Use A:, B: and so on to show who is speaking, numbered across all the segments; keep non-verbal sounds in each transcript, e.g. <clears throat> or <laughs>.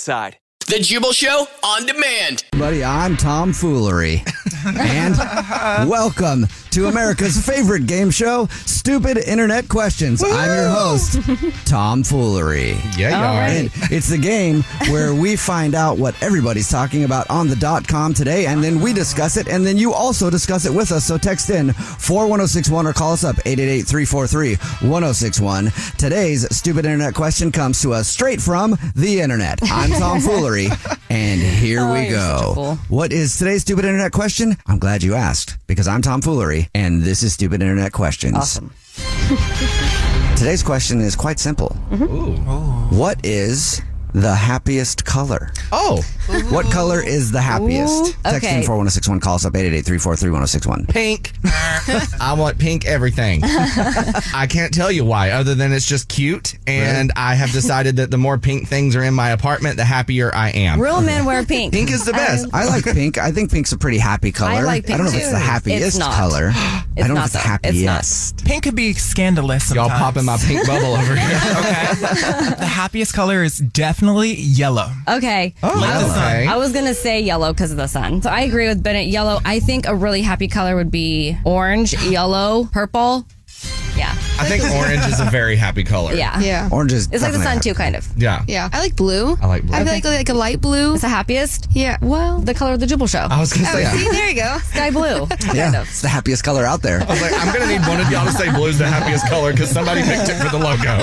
A: Side.
B: The Jubal Show on demand.
C: Buddy, I'm Tom Foolery. and welcome to America's favorite game show, Stupid Internet Questions. I'm your host, Tom Foolery.
D: Yeah, you are.
C: And it's the game where we find out what everybody's talking about on the dot com today, and then we discuss it, and then you also discuss it with us. So text in 41061 or call us up 888 343 1061. Today's Stupid Internet Question comes to us straight from the internet. I'm
D: <laughs>
C: Tom Foolery and here
E: Oh,
C: we
E: you're such a
C: go.
E: fool.
C: What is today's stupid internet question? I'm glad you asked because I'm Tom Foolery, and this is stupid internet questions. Awesome. today's question is quite simple.
E: Mm-hmm.
F: Oh.
C: What is the happiest color? Oh, what color is the happiest?
F: Ooh.
C: Text in
F: Okay.
C: 41061. Call us up 888-343-1061.
D: Pink. <laughs> I want pink everything. I can't tell you why, other than it's just cute. And I have decided that the more pink things are in my apartment, the happier I am.
E: Real men wear pink.
D: Pink is the best.
C: I like pink. I think pink's a pretty happy color.
E: I like pink
C: don't know if it's
E: too.
C: the happiest
E: It's not.
C: color.
E: <gasps> It's
C: I don't know
E: not
C: if it's the
E: though. It's not.
C: happiest.
G: Pink could be scandalous. Sometimes.
D: Y'all popping my pink bubble over
G: <laughs>
D: here.
G: the happiest color is definitely yellow.
E: Okay.
G: Oh,
E: I was,
G: okay.
E: I was gonna say yellow because of the sun. So I agree with Bennett. Yellow. I think a really happy color would be orange, yellow, purple. Yeah.
D: I
E: <laughs>
D: think orange is a very happy color.
E: Yeah.
H: Yeah.
C: Orange is.
E: It's like the sun too, kind of.
D: Yeah.
H: Yeah. I like blue.
D: I like blue.
H: I feel like like a light blue.
E: It's the happiest.
H: Yeah.
E: Well, the color of the Jubal Show.
D: I was gonna say.
H: Oh, see, there you go.
E: Sky blue.
C: <laughs>
E: <laughs>
C: Yeah, it's the happiest color out there.
D: I was like, I'm gonna need one of y'all to say blue's the happiest color because somebody picked it for the logo.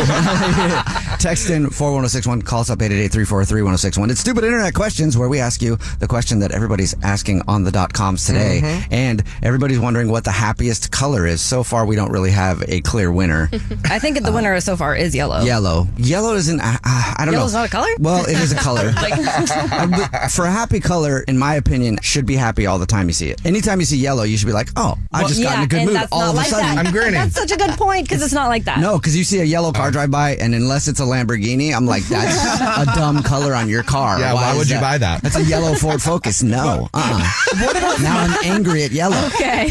C: <laughs> Text in 41061, call us up 888-343-1061. It's Stupid Internet Questions, where we ask you the question that everybody's asking on the dot coms today.
E: Mm-hmm.
C: And everybody's wondering what the happiest color is. So far, we don't really have a clear winner.
E: I think the winner so far is yellow.
C: Yellow. Yellow isn't, uh, uh, I don't
E: Yellow's
C: know.
E: not a color?
C: Well, it is a
E: <laughs>
C: color. Uh, but for a happy color, in my opinion, should be happy all the time you see it. Anytime you see yellow, you should be like, oh, I
E: Well,
C: just got in
E: yeah,
C: a good
E: and
C: mood
E: that's
C: all
E: not
C: of
E: like
C: a sudden.
E: that.
D: I'm grinning.
E: That's such a good point because it's not like that.
C: No, because you see a yellow
D: Oh.
C: car drive by, and unless it's a Lamborghini, I'm like, that's
E: <laughs>
C: a dumb color on your car.
D: Yeah, why
C: is
D: would you buy that?
C: That's a yellow Ford Focus. No. Uh-uh. now
D: <laughs>
C: I'm <laughs> angry at yellow.
E: Okay.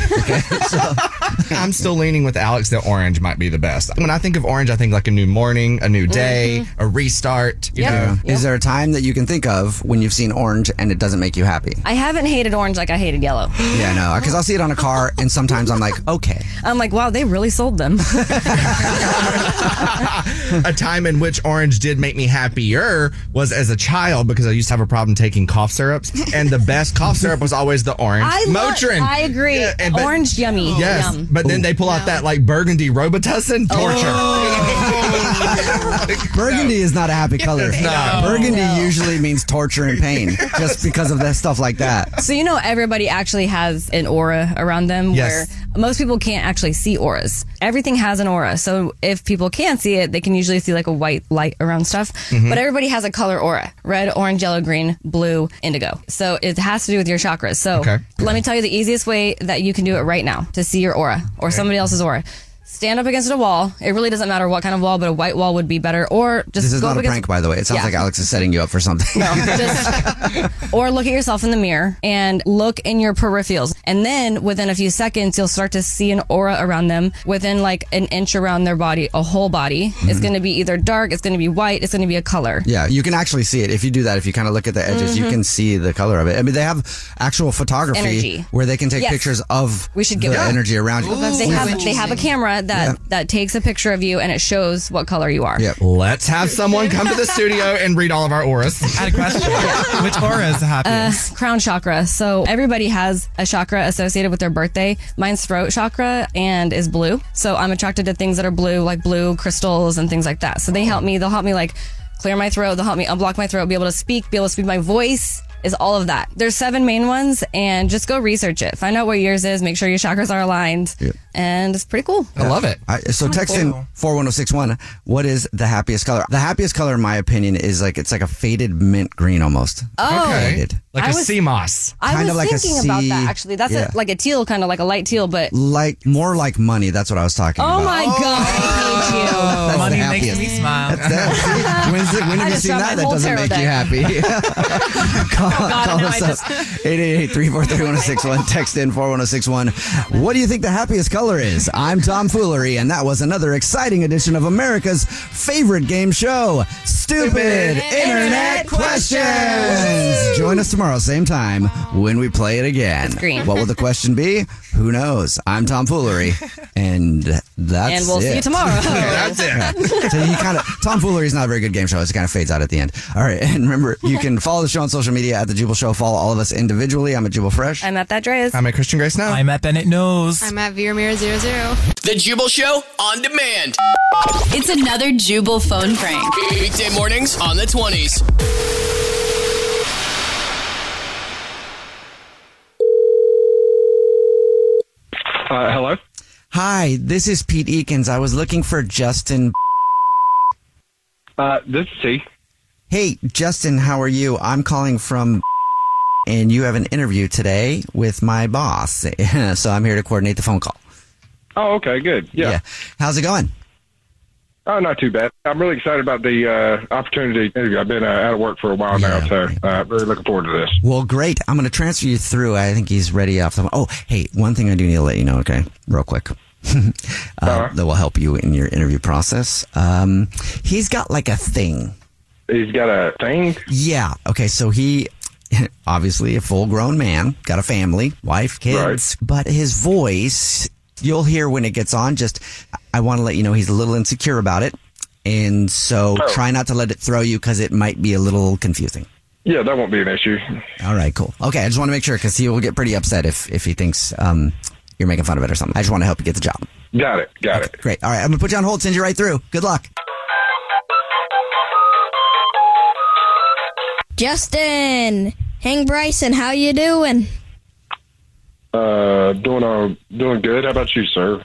D: I'm still leaning with Alex that orange might be the best. When I think of orange, I think like a new morning, a new day,
E: Mm-hmm.
D: a restart. You know,
C: Is there a time that you can think of when you've seen orange and it doesn't make you happy?
E: I haven't hated orange like I hated yellow.
C: Yeah, no, because I'll see it on a car, and sometimes I'm like, okay.
E: I'm like, wow, they really sold
D: <laughs>
E: them.
D: a time in which orange did make me happier was as a child because I used to have a problem taking cough syrups, and the best cough syrup was always the orange
E: I love-
D: Motrin.
E: I agree.
D: Yeah, and- but-
E: orange, yummy.
D: Yes,
E: Yum.
D: but then they pull out that like burgundy Robitussin
E: Oh.
D: torture.
C: Burgundy is not a
E: <laughs>
C: happy color.
D: it's not.
C: Burgundy usually means torture and pain just because of that stuff like that.
E: So you know everybody actually has an aura around them
D: Yes.
E: where most people can't actually see auras. Everything has an aura. So if people can see it, they can usually see like a white light around stuff.
C: Mm-hmm.
E: But everybody has a color aura. Red, orange, yellow, green, blue, indigo. So it has to do with your chakras. So
D: Okay.
E: let me tell you the easiest way that you can do it right now to see your aura or somebody else's aura. stand up against a wall. It really doesn't matter what kind of wall, but a white wall would be better. Or just
C: this is
E: go
C: not
E: up
C: a
E: against
C: prank, by the way. It sounds
E: Yeah.
C: like Alex is setting you up for something.
E: or look at yourself in the mirror and look in your peripherals. And then within a few seconds, you'll start to see an aura around them within like an inch around their body, a whole body. It's
C: Mhm.
E: going to be either dark, it's going to be white, it's going to be a color.
C: Yeah, you can actually see it if you do that. If you kind of look at the edges, you
E: Mhm.
C: can see the color of it. I mean, they have actual photography
E: Energy.
C: where they can take
E: Yes.
C: pictures of
E: We should
C: the
E: give it up.
C: energy around you.
E: They have they have a camera that
C: Yeah.
E: that takes a picture of you and it shows what color you are.
C: Yep.
D: Let's have someone come to the studio and read all of our auras. I had a question.
G: Which aura is
D: <laughs>
G: the
E: Uh,
G: happiest?
E: crown chakra. So everybody has a chakra associated with their birthday. Mine's throat chakra and is blue. So I'm attracted to things that are blue, like blue crystals and things like that. So they help me. They'll help me like clear my throat. They'll help me unblock my throat, be able to speak, be able to speak my voice. Is all of that. There's seven main ones, and just go research it. Find out what yours is. Make sure your chakras are aligned, and it's pretty cool.
C: I, so
E: Oh,
C: text in
E: cool.
C: 41061. What is the happiest color? The happiest color, in my opinion, is like it's like a faded mint green almost.
E: Oh. Okay.
C: Faded.
E: Like
C: a
E: I a was- sea
D: moss.
E: I was thinking about that actually. That's
C: yeah.
E: a, like a teal, kind of like a light teal, but
C: like more like money. That's what I was talking
E: Oh
C: about.
E: my god, I hate
C: Oh, That's
E: you.
C: the happiest.
G: smile.
C: That's that.
E: <laughs>
C: When's it- when
E: I
C: have you
E: just
C: seen that
E: dropped my
C: that
E: whole
C: doesn't make you happy?
E: <laughs>
C: call <laughs> call us up. 888-343-1061. Text in 41061. What do you think the happiest color is? I'm Tom Foolery, and that was another exciting edition of America's favorite game show, Stupid Internet Questions. Join us tomorrow, same time, when we play it again.
E: green.
C: What will the question be? Who knows? I'm Tom Foolery, and that's
E: and we'll see you
C: it. <laughs>
E: tomorrow.
C: so you kind of tomfoolery is not a very good game show. It kind of fades out at the end. All right, <laughs> and remember, you can follow the show on social media at the Jubal Show. Follow all of us individually. I'm at Jubal Fresh.
E: I'm at that Dreas.
D: I'm at Christian Grace now.
G: I'm at Bennett Knows.
H: I'm at Viramira zero zero.
B: The Jubal Show on demand.
F: It's another Jubal phone prank.
B: Weekday mornings on the 20s.
I: Uh, hello.
C: Hi, this is Pete Eakins. I was looking for Justin.
I: Uh, this is he.
C: Hey, Justin, how are you? I'm calling from. And you have an interview today with my boss. <laughs> so I'm here to coordinate the phone call.
I: Oh, okay, good. Yeah.
C: How's it going?
I: Oh, not too bad. I'm really excited about the uh, opportunity to interview. I've been uh, out of work for a while now, so uh, really looking forward to this.
C: Well, great. I'm going to transfer you through. I think he's ready off the. Oh, hey, one thing I do need to let you know, okay, real quick, <laughs> um, that will help you in your interview process. Um, he's got like a thing.
I: He's got a thing.
C: Yeah. Okay. So he, <laughs> obviously, a full grown man, got a family, wife, kids, but his voice, you'll hear when it gets on. Just, I want to let you know he's a little insecure about it. And so
I: Oh.
C: try not to let it throw you because it might be a little confusing.
I: Yeah, that won't be an issue.
C: All right, cool. Okay, I just want to make sure because he will get pretty upset if if he thinks um, you're making fun of it or something. I just want to help you get the job.
I: Got it. Got it.
C: Great. All right, I'm gonna put you on hold. Send you right through. Good luck.
J: Justin, Hank Bryson, how you doing?
I: Uh, doing uh, doing good. How about you, sir?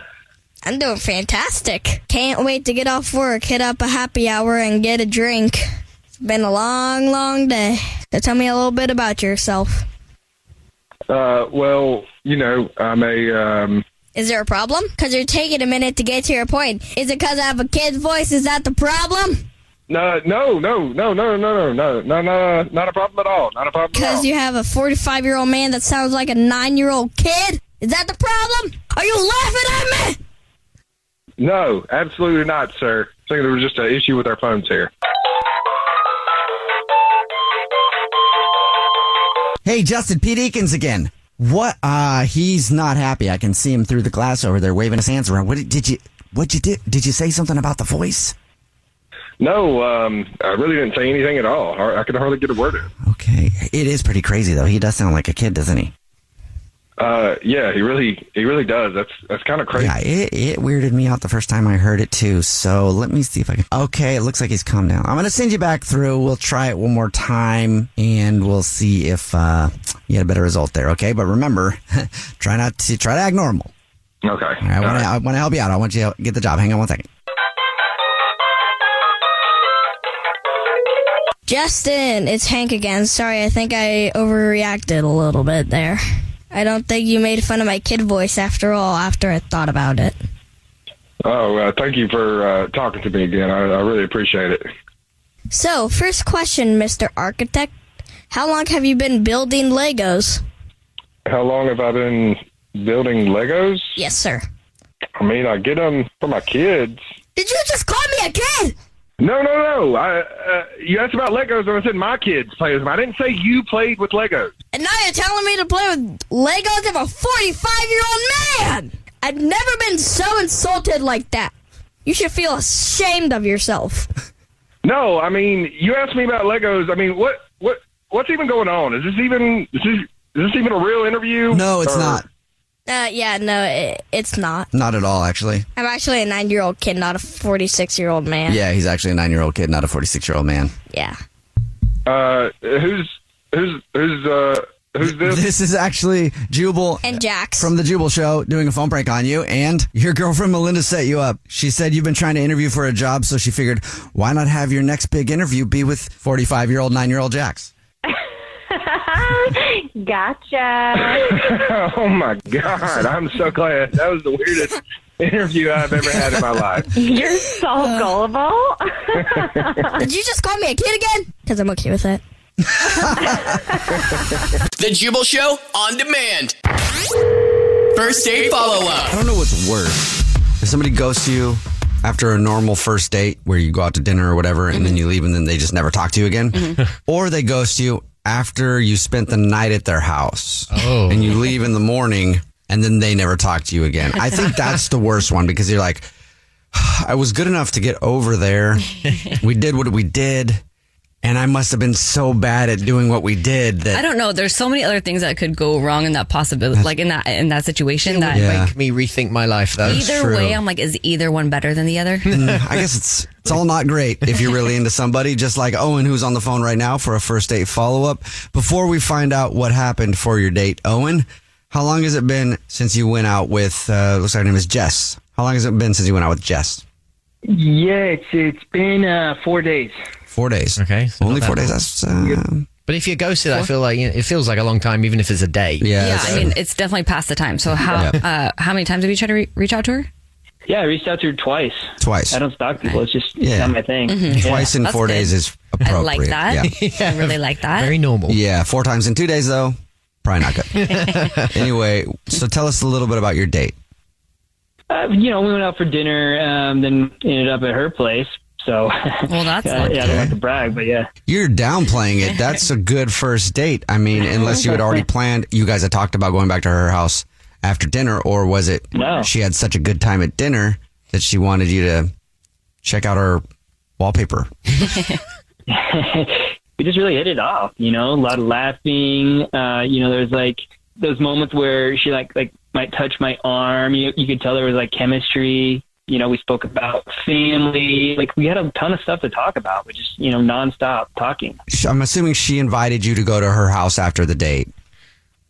J: I'm doing fantastic. Can't wait to get off work, hit up a happy hour, and get a drink. It's been a long, long day. So tell me a little bit about yourself.
I: Uh, well, you know, I'm a um,
J: Is there a problem? Because you're taking a minute to get to your point. Is it because I have a kid's voice? Is that the problem?
I: no, no, no, no, no, no, no, no, no, no, not a problem at all. Not a problem at all.
J: Because you have a 45 year old man that sounds like a 9 year old kid? Is that the problem? Are you laughing at me?
I: No, absolutely not, sir. I think there was just an issue with our phones here.
C: Hey, Justin, Pete Eakins again. What? Uh, he's not happy. I can see him through the glass over there, waving his hands around. What did- did you? What you did? Did you say something about the voice?
I: No, um, I really didn't say anything at all. I I could hardly get a word in.
C: Okay, it is pretty crazy though. He does sound like a kid, doesn't he?
I: Uh, yeah, he really, he really does. That's that's kind of crazy.
C: Yeah, it, it weirded me out the first time I heard it too. So let me see if I can. Okay, it looks like he's calmed down. I'm gonna send you back through. We'll try it one more time, and we'll see if uh, you had a better result there. Okay, but remember, <laughs> try not to try to act normal.
I: Okay.
C: I want to I want to help you out. I want you to get the job. Hang on one second.
J: Justin, it's Hank again. Sorry, I think I overreacted a little bit there. I don't think you made fun of my kid voice after all, after I thought about it.
I: Oh, uh, thank you for uh, talking to me again. I, I really appreciate it.
J: So, first question, Mr. Architect. How long have you been building Legos?
I: How long have I been building Legos?
J: Yes, sir.
I: I mean, I get them for my kids.
J: Did you just call me a kid?
I: No, no, no. I, uh, you asked about Legos, and I said my kids play with them. I didn't say you played with Legos.
J: And now you're telling me to play with Legos of a 45 year old man! I've never been so insulted like that. You should feel ashamed of yourself. <laughs>
I: No, I mean, you asked me about Legos. I mean, what, what, what's even going on? Is this even is this, is this even a real interview?
C: No, it's
I: Or-
C: not.
J: Uh, yeah, no, it, it's not.
C: Not at all, actually.
J: I'm actually a nine year old kid, not a 46 year old man.
C: Yeah, he's actually a nine year old kid, not a 46 year old man.
J: Yeah.
I: Uh, who's who's who's uh <laughs> who's this?
C: This is actually Jubal
J: And Jax.
C: from the Jubal Show doing a phone prank on you, and your girlfriend Melinda set you up. She said you've been trying to interview for a job, so she figured why not have your next big interview be with 45 year old, nine year old Jax?
K: gotcha.
I: oh my god! I'm so glad that was the weirdest <laughs> interview I've ever had in my life.
K: You're so gullible.
J: <laughs> Did you just call me a kid again? Because I'm okay with it.
B: The Jubal Show on demand. First date follow
C: I
B: up.
C: don't know what's worse. If somebody ghosts you after a normal first date where you go out to dinner or whatever, and then you leave and then they just never talk to you again,
L: Mm-hmm.
C: or they ghost you after you spent the night at their house oh. and you leave in the morning and then they never talk to you again. I think that's the worst one because you're like, <sighs> I was good enough to get over
L: <laughs>
C: there. We did what we did. And I must have been so bad at doing what we did that
E: I don't know. There's so many other things that could go wrong in that possibility, like in that in that situation. That like
L: Make me rethink my life, though.
E: either way, I'm like, is either one better than the other?
C: <laughs> Mm, I guess it's it's all not great if you're really into somebody, just like Owen, who's on the phone right now for a first date follow up. Before we find out what happened for your date, Owen, how long has it been since you went out with? Uh, looks like her name is Jess. How long has it been since you went out with Jess?
M: Yeah, it's it's been uh, four days.
C: <laughs> Four days.
L: Okay. so
C: Only
L: not
C: four
L: that
C: days.
L: long.
C: That's uh,
L: But if you're ghosted, I feel like you know, it feels like a long time, even if it's a day.
E: <laughs> yeah. I mean, it's definitely past the time. So how uh, how many times have you tried to re- reach out to her?
M: Yeah, I reached out to her twice.
C: Twice.
M: I don't stalk people. It's just not my thing.
C: Twice in
M: Yeah.
C: four days is appropriate. Yeah.
E: <laughs> I really like that.
L: Very normal.
C: Yeah, four times in two days though, probably not good. anyway, so tell us a little bit about your date.
M: Uh, you know, we went out for dinner, um, then ended up at her place. So, <laughs> well,
E: that's
M: uh, yeah, I
C: lucky.
M: don't like to brag, but yeah,
C: You're downplaying it. That's a good first date. I mean, unless you had
M: <laughs>
C: already planned, you guys had talked about going back to her house after dinner, or was it
M: No.
C: she had such a good time at dinner that she wanted you to check out her wallpaper?
M: we just really hit it off. You know, a lot of laughing. Uh, you know, there's like those moments where she like like might touch my arm. You you could tell there was like chemistry. You know, we spoke about family. Like we had a ton of stuff to talk about. We just you know nonstop talking.
C: Sh- I'm assuming she invited you to go to her house after the date.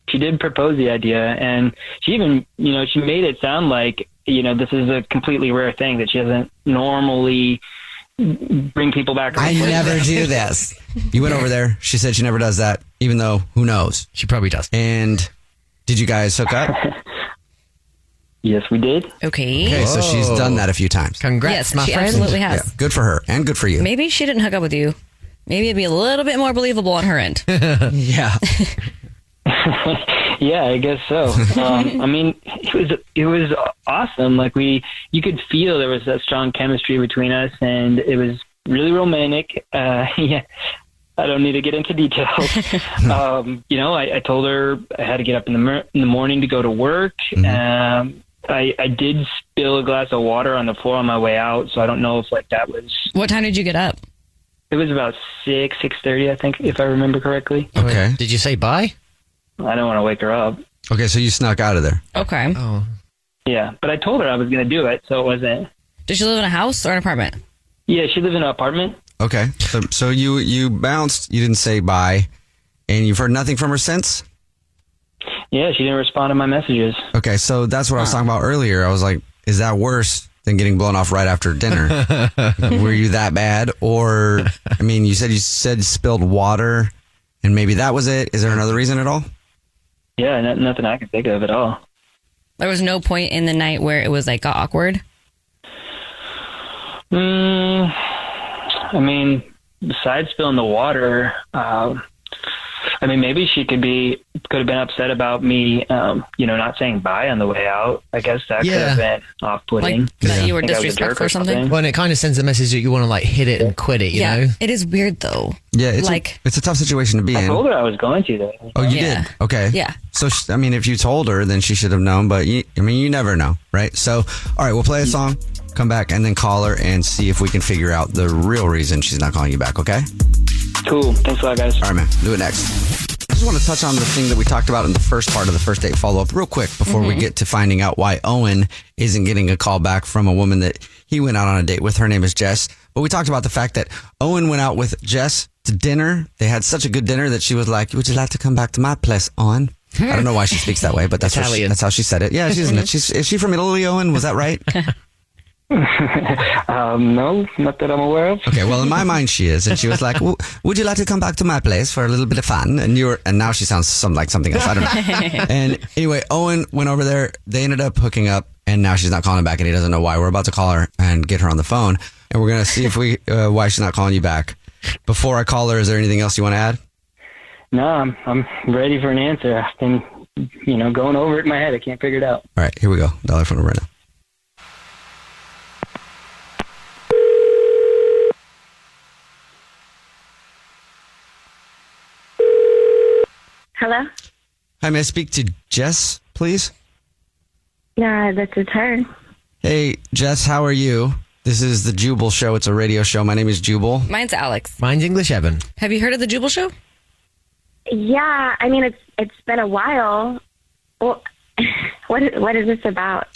M: she did propose the idea and she even you know she made it sound like you know this is a completely rare thing that she doesn't normally bring people back
C: I
M: <laughs>
C: never do this. You went over there. She said she never does that, even though who knows?
L: She probably does.
C: And did you guys hook up?
M: <laughs> yes we did
E: Okay.
C: Okay, so she's
L: Whoa.
C: done that a few times.
L: Congrats,
E: Yes, my she friend. absolutely has.
C: Good for her and good for you.
E: Maybe she didn't hook up with you. Maybe it'd be a little bit more believable on her end.
C: <laughs> yeah.
M: yeah i guess
E: <laughs>
M: so um, i mean it was it was awesome like we you could feel there was that strong chemistry between us and it was really romantic uh <laughs> yeah I don't need to get into details.
E: <laughs>
M: um, you know, I, I told her I had to get up in the, mer- in the morning to go to work.
E: Mm-hmm.
M: Um, I, I did spill a glass of water on the floor on my way out, so I don't know if like that was.
E: What time did you get up?
M: It was about six, six thirty, I think, if I remember correctly.
C: Okay.
L: Did you say bye?
M: I don't want to wake her up.
C: Okay, so you snuck out of there.
E: Okay.
L: Oh.
M: Yeah, but I told her I was going to do it, so it wasn't.
E: Does she live in a house or an apartment?
M: Yeah, she lives in an apartment.
C: Okay. So, so you you bounced. You didn't say bye, and you've heard nothing from her since.
M: Yeah, she didn't respond to my messages.
C: Okay. So that's what I was talking about earlier. I was like, is that worse than getting blown off right after
L: <laughs>
C: dinner? Were you that bad, or I mean, you said you said you spilled water, and maybe that was it. Is there another reason at all?
M: Yeah, no, nothing I can think of at all.
E: There was no point in the night where it was like got awkward.
M: Mm, I mean, besides spilling the water, um, I mean, maybe she could be could have been upset about me, um, you know, not saying bye on the way out. I guess that
L: Yeah.
M: could have been off-putting.
L: Like, that you were
M: I think I was a jerk
L: disrespectful
M: or
L: Well, and it kind of sends a message that you want to like hit it and quit it, you
E: yeah,
L: know?
E: it is weird though.
C: Yeah, it's
E: like
C: a, it's a tough situation to be in.
M: her I was going to though.
C: Oh, you
E: Yeah.
C: did. Okay.
E: Yeah.
C: So sh I mean, if you told her, then she should have known. But you, I mean, you never know, right? So, all right, we'll play
E: Mm.
C: a song, come back, and then call her and see if we can figure out the real reason she's not calling you back. Okay.
M: Cool. Thanks a lot, guys.
C: All right, man. Do it next. I just want to touch on the thing that we talked about in the first part of the first date follow up real quick before we
E: Mm-hmm.
L: Mhm.
C: get to finding out why Owen isn't getting a call back from a woman that he went out on a date with. Her name is Jess. But we talked about the fact that Owen went out with Jess to dinner. They had such a good dinner that she was like, Would you like to come back to my place, Owen? I don't know why she speaks that way, but that's what she,
L: Italian.
C: that's how she said it. Yeah, she's isn't it? She's is she from Italy, Owen? Was that right? <laughs>
M: um, no, not that I'm aware of.
C: Okay, well, in my mind, she is, and she was like, "W- "Would you like to come back to my place for a little bit of fun?" And you were, and now she sounds some like something else. I don't know. and anyway, Owen went over there. They ended up hooking up, and now she's not calling back, and he doesn't know why. We're about to call her and get her on the phone, and we're gonna see if we uh, why she's not calling you back. Before I call her, is there anything else you want to add?
M: No, I'm I'm ready for an answer. I've been, you know, going over it in my head. I can't figure it
N: <gasps>
M: out.
C: All right, here we go. Dollar phone right now.
N: Hello?
C: Hi, may I speak to Jess, please?
N: Yeah, this is her.
C: Hey, Jess, how are you? This is the Jubal Show. It's a radio show. My name is Jubal.
E: Mine's Alex.
C: Mine's English Evan.
E: Have you heard of the Jubal Show?
N: Yeah, I mean it's it's been a while. Well, <laughs> what is- what is this about?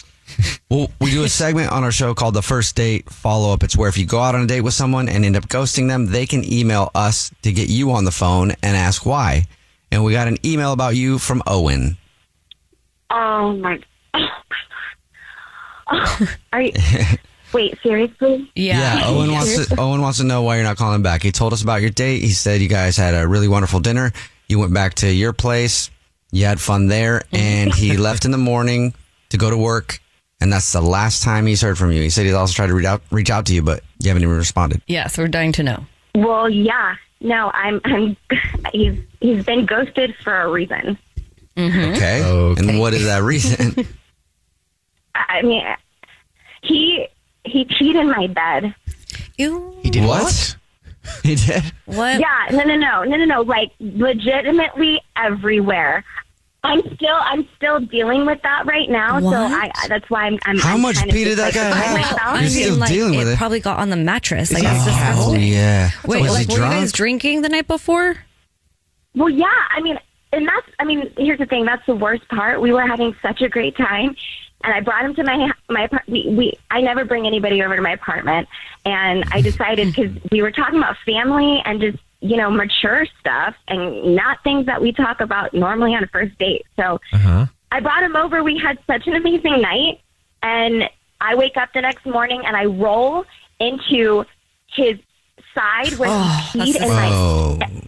C: Well, we do a segment on our show called the first date follow up. It's where if you go out on a date with someone and end up ghosting them, they can email us to get you on the phone and ask why. And we got an email about you from Owen.
N: Oh my. Oh,
C: <laughs>
N: are you? <laughs> Wait, seriously?
C: Owen wants to, Owen wants to know why you're not calling back. He told us about your date. He said you guys had a really wonderful dinner. You went back to your place. You had fun there, and he left in the morning to go to work. And that's the last time he's heard from you. He said he's also tried to reach out, reach out to you, but you haven't even responded.
E: Yes, we're dying to know.
N: Well, yeah. No, I'm. I'm. <laughs> He's he's been ghosted for a reason.
C: Okay. And what is that reason?
N: I I mean, he he cheated in my bed.
E: You
C: He did what? He did.
E: What?
N: Yeah, no, no, no, no, no, no. Like legitimately everywhere. I'm still, I'm still dealing with that right now. So I, I- that's why I'm. I'm
C: How
N: I'm
C: much
N: kind of
C: pee did
N: just,
C: that guy
N: like, by
C: have?
N: myself.
C: You're still dealing with it.
E: probably got on the mattress. Like, it's
C: Oh yeah.
E: Wait,
C: was
E: like,
C: he
E: were you
C: drunk?
E: guys drinking the night before?
N: Well, yeah. I mean, and that's. I mean, here's the thing. That's the worst part. We were having such a great time, and I brought him to my my apart- we, we I never bring anybody over to my apartment, and I decided because we were talking about family and just you know mature stuff and not things that we talk about normally on a first date. So. <laughs>
L: Uh-huh.
N: I brought him over. We had such an amazing night. And I wake up the next morning and I roll into his side where he peed in my.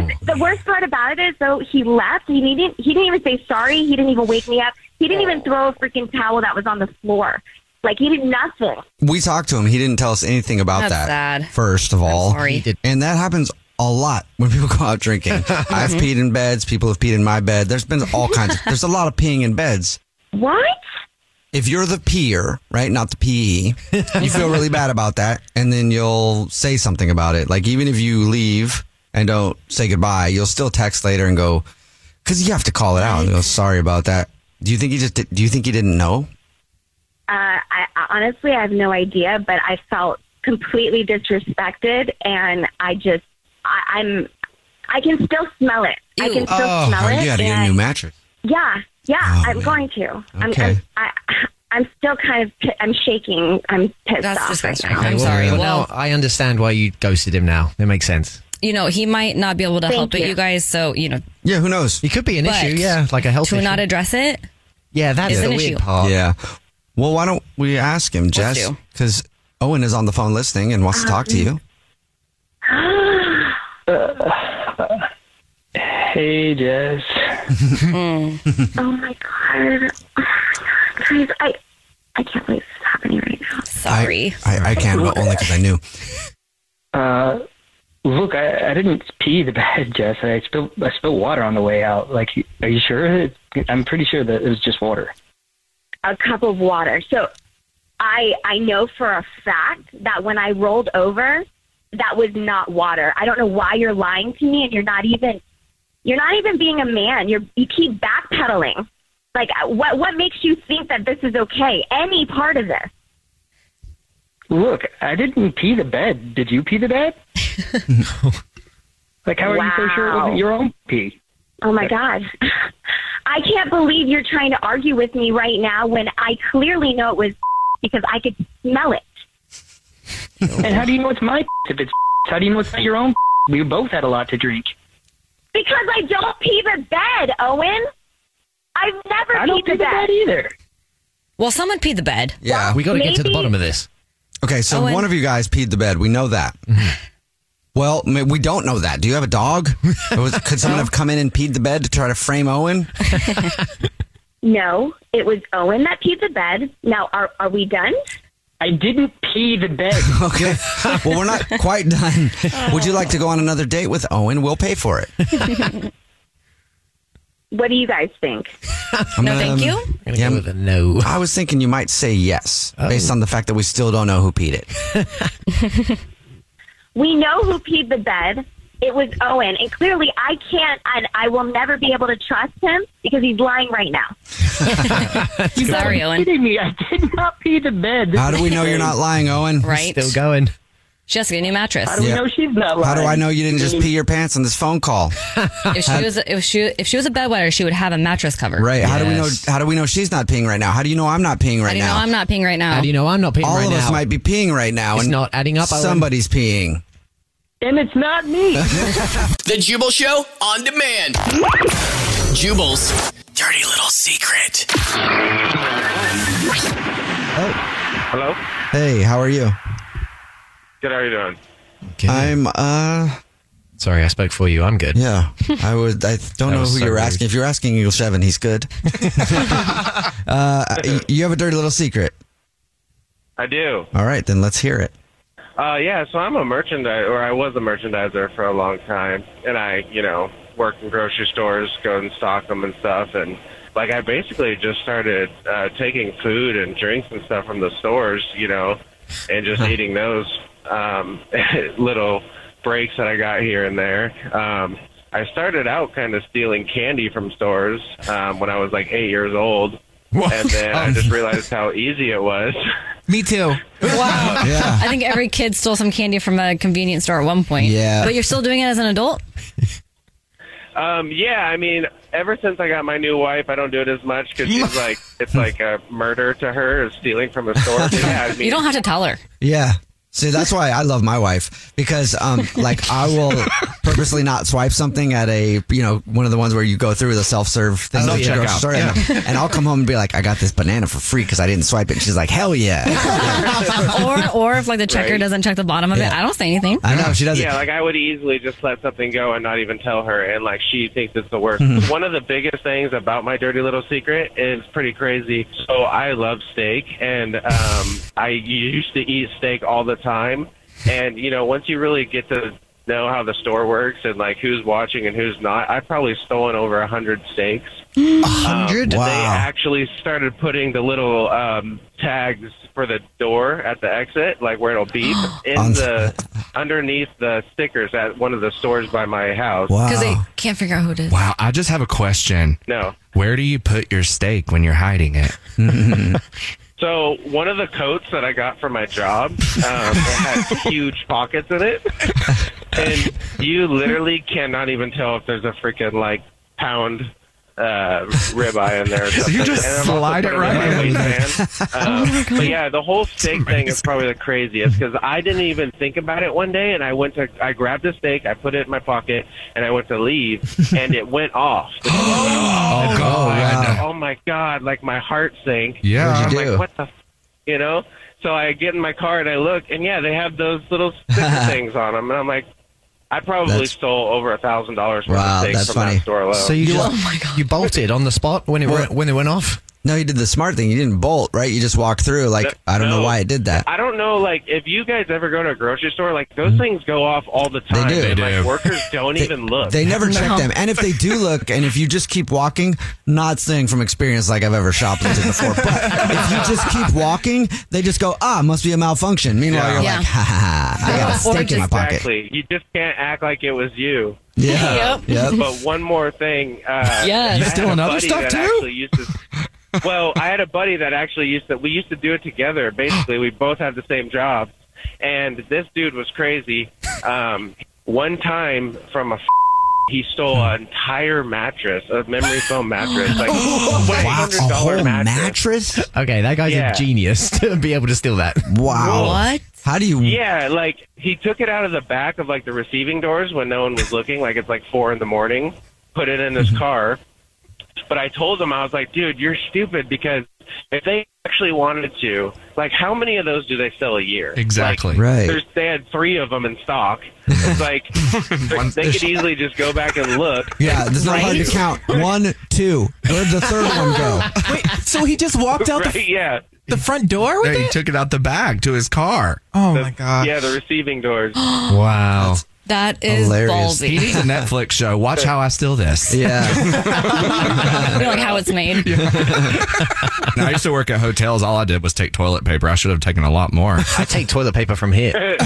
N: Guys, the worst part about it is, though, he left. He didn't. He didn't even say sorry. He didn't even wake me up. He didn't even throw a freaking towel that was on the floor. Like he did nothing.
C: We talked to him. He didn't tell us anything about
N: That's
C: that.
N: sad.
C: First of all,
N: sorry. He did-
C: and that happens a lot when people <laughs> go out
N: <laughs>
C: drinking. I've
N: Mhm.
C: peed in beds. People have peed in my bed. There's been all kinds. Of, there's a lot of peeing in beds.
N: What?
C: If you're the peer, right, not the PE, you feel really bad about that, and then you'll say something about it. Like even if you leave and don't say goodbye, you'll still text later and go, because you have to call it out. And go, sorry about that. Do you think he just? Did, do you think he didn't know?
N: Uh, I I- honestly, I have no idea, but I felt completely disrespected, and I just, I, I'm, I can still smell it. Oh, I can still smell it.
C: Oh, you got to get a
N: and-
C: new mattress.
N: Yeah, yeah, I'm going to. I'm,
C: Okay.
N: I'm, I, I'm still kind of, pi- I'm shaking. I'm pissed off. Right now.
L: Okay, well, Well, now I understand why you ghosted him now. That makes sense.
E: You know, he might not be able to
L: Thank
E: help
L: you.
E: it, you guys. So, you know,
C: Yeah, who knows?
L: It could be an
E: But
L: issue. Yeah, like a health
E: to
L: issue.
E: not address it.
L: yeah, that's
E: is
L: the
E: an
L: weird
E: issue.
L: part.
C: Yeah. Well, why don't we ask him, Jess?
E: do.
C: Because Owen is on the phone listening and wants to talk to you.
M: Uh, Hey, Jess.
N: oh my god, guys, I, I can't believe this is happening right now.
E: Sorry.
C: I, I can, but only because I knew.
M: Uh, look, I, I didn't pee the bed, <laughs> Jess. I spilled I spilled water on the way out. Like, are you sure? I'm pretty sure that it was just water.
N: a cup of water. So I I know for a fact that when I rolled over, that was not water. I don't know why you're lying to me and you're not even you're not even being a man. You're you keep backpedaling. Like uh, what what makes you think that this is okay? Any part of this?
M: Look, I didn't pee the bed. Did you pee the bed? Like, how are you so sure it wasn't your own pee?
N: Oh my God. I can't believe you're trying to argue with me right now when I clearly know it was <laughs> because I could smell it.
M: And how do you know it's my <laughs> if it's? How do you know it's not your own? <laughs> We both had a lot to drink.
N: Because I don't pee the bed, Owen. I've never
M: I
N: peed
M: don't pee
N: the
M: the
N: bed.
M: bed either.
E: Well, someone peed the bed.
C: Yeah,
E: we gotta get to the maybe- bottom of
C: this. Okay, so
E: Owen.
C: one of you guys peed the bed. We know that. well, ma- we don't know that. Do you have a dog? Or was- could someone have come in and peed the bed to try to frame Owen?
N: No, it was Owen that peed the bed. Now, are are we done?
M: I didn't pee the bed.
C: <laughs> okay. Well, we're not quite
E: <laughs>
C: done. Would you like to go on another date with Owen? We'll pay for it.
N: what do you guys think?
C: <laughs> I'm gonna, um, yeah, I'm- I was thinking you might say yes, based on the fact that we still don't know who peed it.
N: We know who peed the bed. It was Owen, and clearly I can't and I will never be able to trust him because he's lying right now.
M: You
E: Sorry,
M: Owen. Kidding me? I did not pee the bed.
C: How do we know you're not lying, Owen?
E: Right. Still
C: going.
E: She has to get a new mattress.
C: Yeah. How do I know you didn't just pee your pants on this phone call?
E: If she was if she if she was a bedwetter, she would have a mattress cover.
C: Right. How do we know? How do we know she's not peeing right now? How do you know I'm not peeing right
E: How do you
C: now?
E: know I'm not peeing right now? <laughs>
C: know I'm not
E: peeing
C: All
E: right
C: of us
E: now?
C: might be peeing right now.
L: It's
C: and
L: not adding up, Owen.
C: Somebody's peeing.
M: And it's not me.
B: <laughs> the Jubal Show on demand. Jubal's dirty little secret.
C: Hello. Hey, how are you?
O: Good. How are you doing?
C: I'm. uh
L: Sorry, I spoke for you. I'm good.
C: Yeah. I would.
L: <laughs>
C: I don't
L: That
C: know
L: was
C: who
L: so
C: you're
L: weird.
C: asking. If you're asking Eagle Seven, he's
L: <laughs>
C: good. <laughs> uh, you have a dirty little secret.
O: I do.
C: All right, then let's hear it.
O: Uh, yeah, so I'm a merchandise, or I was a merchandiser for a long time, and I, you know, worked in grocery stores, go and stock them and stuff, and like I basically just started uh, taking food and drinks and stuff from the stores, you know, and just eating those um, <laughs> little breaks that I got here and there. Um, I started out kind of stealing candy from stores um, when I was like eight years old, and then I just realized how easy it was.
G: Me too.
E: Wow.
O: Yeah.
E: I think every kid stole some candy from a convenience store at one point.
O: Yeah.
E: But you're still doing it as an adult?
O: Um, yeah, I mean, ever since I got my new wife, I don't do it as much because she's like, it's like a murder to her, is stealing from a store. But yeah,
E: <laughs>
O: I mean,
E: You don't have to tell her.
C: Yeah. See, that's why I love my wife because, um, like, I will purposely not swipe something at a, you know, one of the ones where you go through the self serve thing.
D: Oh,
C: at the
D: yeah.
C: grocery
D: Checkout.
C: store,
D: Yeah.
C: and, and I'll come home and be like, I got this banana for free because I didn't swipe it. And she's like, hell yeah.
E: <laughs> or or if like the checker
O: Right.
E: doesn't check the bottom of it, I don't say anything.
C: I know she
O: Yeah, like I would easily just let something go and not even tell her, and like she thinks it's the worst.
C: Mhm.
O: One of the biggest things about my dirty little secret is pretty crazy. So I love steak, and um, I used to eat steak all the time. And you know, once you really get to know how the store works and like who's watching and who's not, I've probably stolen over a hundred steaks.
C: A
O: Um,
C: hundred?
O: They
C: wow.
O: actually started putting the little um, tags for the door at the exit, like where
C: <gasps>
O: it'll beep, in the underneath the stickers at one of the stores by my house.
E: Because they can't figure out who it is. <gasps>
D: Wow, I just have a question.
O: No.
D: Where do you put your steak when you're hiding it?
O: So one of the coats that I got for my job um,
D: <laughs>
O: it had huge pockets in it, and you literally cannot even tell if there's a freaking like pound uh, ribeye in there. Or
D: So <laughs>
O: something.
D: you just
O: And I've also
D: slide
O: put
D: it
O: in
D: right
O: my
D: in. <laughs>
O: waistband.
D: Oh my
O: Um,
D: God.
O: but yeah, the whole steak thing is probably the craziest because I didn't even think about it one day, and I went to I grabbed a steak, I put it in my pocket, and I went to leave, and it went off. oh,
D: God.
O: oh my God! Like my heart sank.
D: Yeah.
O: I'm
D: What'd you
O: like,
D: do?
O: what the you know. So I get in my car and I look, and yeah, they have those little sticker things on them, and I'm like, I probably stole over a thousand dollars worth
L: Wow,
O: of steaks
L: that's
O: from
L: funny.
C: Oh
O: that store alone.
L: So you just, you bolted on the spot when it went, when it went off.
C: No, you did the smart thing. You didn't bolt, right? You just walked through. Like, I don't know why it did that.
O: <laughs> I don't know, like, if you guys ever go to a grocery store, like, those things go off all the time.
C: do.
O: and,
C: Mm-hmm. They
O: like,
C: do.
O: workers don't even look.
C: They <laughs> never check them. And if they do look, and if you just keep walking, not saying from experience like I've ever shoplifted before, but if you just keep walking, they just go, ah, must be a malfunction. Meanwhile,
O: Yeah.
C: you're
O: Yeah.
C: like, ha ha ha, I got a steak in my pocket.
O: Exactly. You just can't act like it was you.
C: Yeah. Yep. Yep.
O: But one more thing. Uh,
C: You
O: I had
C: stealing
O: a
C: other
O: buddy
C: stuff,
O: that
C: too?
O: actually used to- well, I had a buddy that actually used to. We used to do it
C: <gasps>
O: together. Basically, we both had the same job, and this dude was crazy. Um, one time from a. He stole an entire mattress, a memory foam mattress,
C: <laughs> <gasps>
O: like
L: Wow,
O: $100
L: a whole
C: mattress?
L: Okay, that guy's
O: Yeah.
L: a genius <laughs> to be able to steal that.
C: Wow. What? How do
D: Hmm.
C: you? <laughs>
O: Yeah, <laughs> like he took it out of the back of like the receiving doors when no one was looking. Like it's like four in the morning. Put it in
D: Mm-hmm.
O: his car. But I told him I was like, dude, you're stupid because if they actually wanted to, like, how many of those do they sell a year?
D: Exactly.
O: Like,
D: Right.
O: There's, they had three of them in
D: <laughs>
O: stock. It's like they could easily just go back and look.
D: Uh,
C: Yeah, it's not hard to
O: Right?
C: count. One, two. Where'd the third one go?
G: <laughs> Wait, so he just walked out the,
O: yeah.
G: the front door with
D: No, he
G: it?
D: took it out the bag to his car.
G: Oh my god!
O: Yeah, the receiving doors.
D: Wow.
E: That is ballsy.
D: He <laughs> needs a
E: <laughs>
D: Netflix show. Watch how I steal this. <laughs> Yeah.
E: You're like how it's made.
D: I used to work at hotels. All I did was take toilet paper. I should have taken a lot more. I take toilet paper from here.
B: <laughs>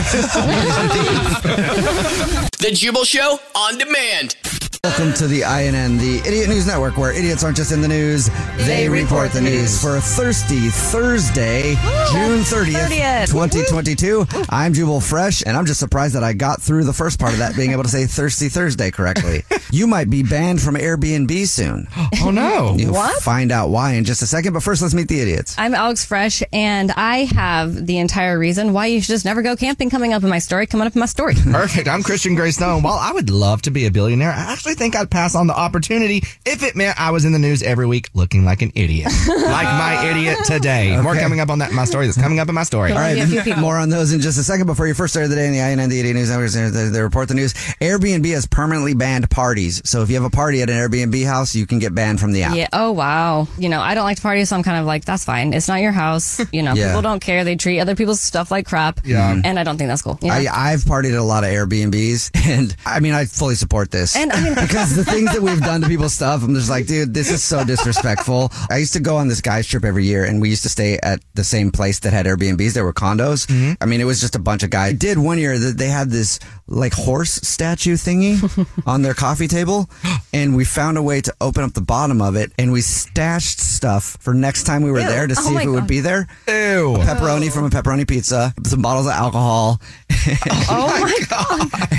B: The Jubal Show on demand.
C: Welcome to the INN, the Idiot News Network, where idiots aren't just in the news, they, report the news. For a thirsty Thursday, June 30th, 2022, I'm Jubal Fresh, and I'm just surprised that I got through the first part of that being able to say thirsty Thursday correctly. <laughs> you might be banned from Airbnb <gasps> soon.
D: Oh, no.
C: You'll
E: What?
C: find out why in just a second, but first let's meet the idiots.
E: I'm Alex Fresh, and I have the entire reason why you should just never go camping coming up in my story. Coming up in
C: <laughs>
E: my story.
D: Perfect. I'm Christian Gray Stone. While I would love to be a billionaire, I actually think I'd pass on the opportunity if it meant I was in the news every week looking like an
E: <laughs>
D: idiot. like my idiot today. More
C: Okay.
D: coming up on that in my story that's coming up in my story.
C: All <laughs> right, more on those in just a second. Before your first story of the day in the INN, the 88 News Network, they, they report the news. Airbnb has permanently banned parties. So if you have a party at an Airbnb house, you can get banned from the app.
E: Yeah. Oh wow. You know, I don't like to party, so I'm kind of like, that's fine. It's not your house. You
C: <laughs>
E: know,
C: Yeah.
E: people don't care. They treat other people's stuff like crap.
C: Yeah.
E: And I don't think that's cool. You know?
C: I, I've partied at a lot of Airbnbs, <laughs> and I mean, I fully support this.
E: And, I mean-
C: <laughs> because the things that we've done to people's stuff, I'm just like, dude, this is so disrespectful. I used to go on this guy's trip every year, and we used to stay at the same place that had Airbnbs. There were condos. I mean, it was just a bunch of guys. I did one year that they had this like horse statue
E: <laughs>
C: thingy on their coffee table, and we found a way to open up the bottom of it, and we stashed stuff for next time we were
E: Ew.
C: there to
E: Oh
C: see if
E: my
C: it would
E: God.
C: be there. Ew. pepperoni from a pepperoni pizza, some bottles of alcohol,
E: oh my god.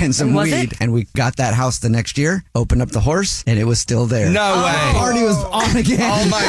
C: <laughs> and some
E: Was
C: weed, and we got that house the next year. Opened up the horse, and it was still there.
D: No
E: Oh,
D: way.
C: Oh, Party <laughs> was on again.
D: Oh
C: <laughs>
D: my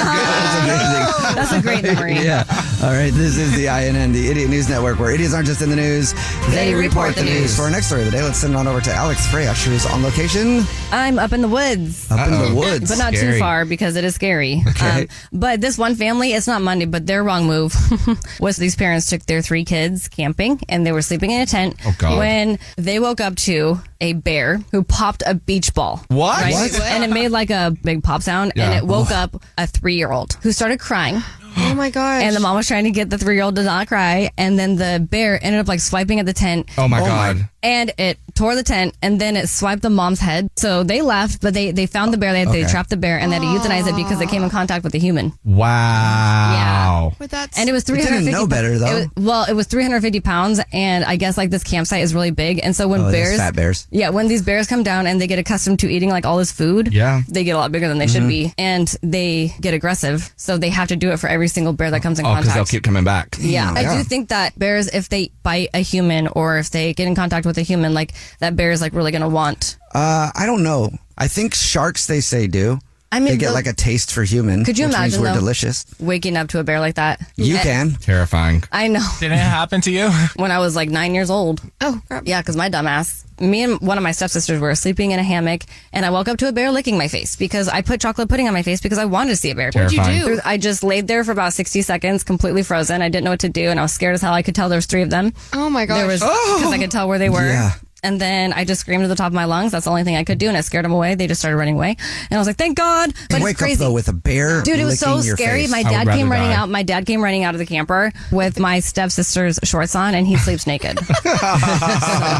C: god,
E: that's a great memory.
C: <laughs> yeah. All right, this is the INN, the Idiot News Network, where idiots aren't just in the news; they, report, the news. For our next story of the day, let's send it on over to Alex Freyash, who's on location
E: I'm up in the woods.
C: up in the woods,
E: But not too far because it is scary. Um,
C: Okay.
E: but this one family, it's not Monday, but their wrong move <laughs> was these parents took their three kids camping and they were sleeping in a tent
D: Oh, God.
N: <laughs>
E: when they woke up to a bear who popped a beach ball.
D: What? What?
E: And it made like a big pop sound and
D: Yeah.
E: it woke
D: Oh.
E: up a three year old who started crying.
H: <gasps> Oh my gosh.
E: And the mom was trying to get the three year old to not cry. And then the bear ended up like swiping at the tent.
D: Oh my god.
E: And it tore the tent and then it swiped the mom's head. So they left, but they, they found the bear. They, they
D: Okay.
E: trapped the bear and they
H: <gasps>
E: had to euthanize it because it came in contact with a human.
D: Wow.
E: Yeah. and it was
C: It didn't
E: 350.
C: know better, though.
E: it was- well, it was 350 pounds. And I guess like this campsite is really big. And so when
C: Oh, it is
E: bears.
C: fat bears.
E: Yeah, when these bears come down and they get accustomed to eating like all this food,
C: Yeah.
E: they get a lot bigger than they should
C: Mhm.
E: be, and they get aggressive. So they have to do it for every single bear that comes in
D: Oh, because
E: contact.
D: they'll keep coming back.
E: Yeah,
C: Mm,
E: I do think that bears, if they bite a human or if they get in contact with a human, like that bear is like really gonna want.
C: Uh, I don't know. I think sharks, they say, do.
E: I mean,
C: they get
E: the-
C: like a taste for human.
E: Could you
C: which
E: imagine?
C: Means we're
E: though,
C: delicious.
E: Waking up to a bear like that.
C: You
E: And-
C: can.
D: Terrifying.
E: I know.
G: Did it happen to you?
E: <laughs> When I was like nine years old. Oh, crap. Yeah, because my dumbass, me and one of my stepsisters were sleeping in a hammock, and I woke up to a bear licking my face because I put chocolate pudding on my face because I wanted to see a bear.
D: What'd you Terrifying. do?
E: There- I just laid there for about 60 seconds, completely frozen. I didn't know what to do, and I was scared as hell. I could tell there was three of them.
H: Oh my gosh.
E: <laughs> There was, because I could tell where they were.
C: Yeah.
E: And then I just screamed at the top of my lungs. That's the only thing I could do. And I scared them away. They just started running away. And I was like, thank God. But
C: Wake
E: it's crazy.
C: up though with a bear.
E: Dude, it was so
C: licking your
E: scary.
C: face.
E: My dad came running out. My <laughs> dad came running out of the camper with my stepsister's shorts on and he
C: <laughs>
E: sleeps naked. so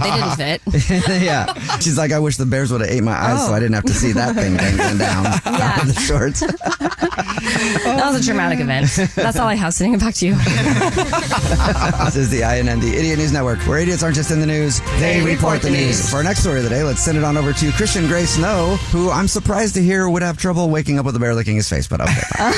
E: they didn't
C: <laughs>
E: fit.
C: yeah, she's like, I wish the bears would have ate my eyes,
E: Oh.
C: so I didn't have to see that thing dangling down
E: <laughs>
C: out of the shorts. <laughs>
E: that was a
C: Oh,
E: traumatic event. That's all I have sitting
C: <laughs>
E: back to you.
C: this is the INN, the Idiot News Network, where idiots aren't just in the news, they, report, the news. For our next story of the day, let's send it on over to Christian Gray Snow, who I'm surprised to hear would have trouble waking up with a bear licking his face, but
E: <laughs>
C: okay.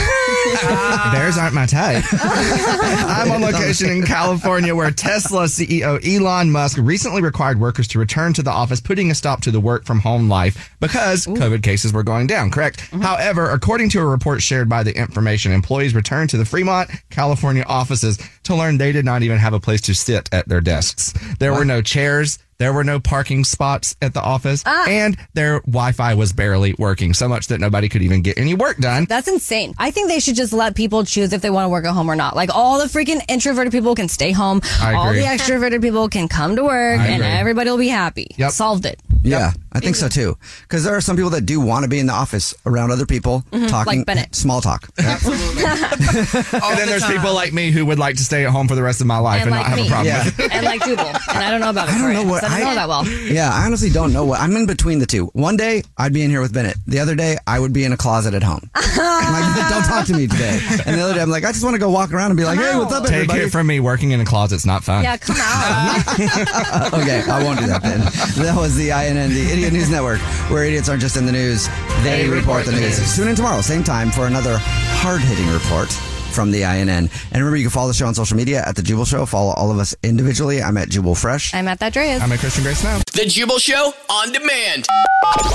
D: Bears aren't my type.
C: uh,
D: <laughs> I'm on location in California where Tesla CEO Elon Musk recently required workers to return to the office, putting a stop to the work from home life because COVID cases were going down, correct? However, according to a report shared by the information, employees returned to the Fremont, California offices to learn they did not even have a place to sit at their desks. There were no chairs. There were no parking spots at the office, and their Wi Fi was barely working, so much that nobody could even get any work done.
E: That's insane. I think they should just let people choose if they want to work at home or not. Like all the freaking introverted people can stay home.
C: I
E: All the
C: agree.
E: extroverted people can come to work
C: I
E: and
C: agree.
E: everybody will be happy. Solved it.
C: <laughs> Yeah, I think so too. Because there are some people that do want to be in the office around other people,
E: Mhm, like
C: talking
E: Bennett.
C: small talk.
D: <laughs>
E: <laughs>
D: and then there's people like me who would like to stay at home for the rest of my life and,
E: like
D: not have
E: me.
D: a problem
C: Yeah.
D: with it.
E: and like Jubal. And I don't know about I don't know
C: what-
E: I
C: <laughs>
E: don't
C: I-
E: know that well. <laughs>
C: Yeah, I honestly don't know what I'm in between the two. One day I'd be in here with Bennett. The other day I would be in a closet at home. I'm like, don't talk to me today. And the other day I'm like, I just want to go walk around and be like, hey, what's up,
D: Take
C: everybody?
D: it from me, working in a closet's not fun.
E: Yeah, come
C: <laughs>
E: out.
C: okay, I won't do that then. <laughs> That was the INN, the Idiot News Network, where idiots aren't just in the news, they, report, the news. Tune in tomorrow, same time, for another hard hitting report from the INN. And remember, you can follow the show on social media at The Jubal Show. Follow all of us individually. I'm at Jubal Fresh.
E: I'm at that Dreas.
D: I'm at Christian Grace Now.
B: The Jubal Show on demand.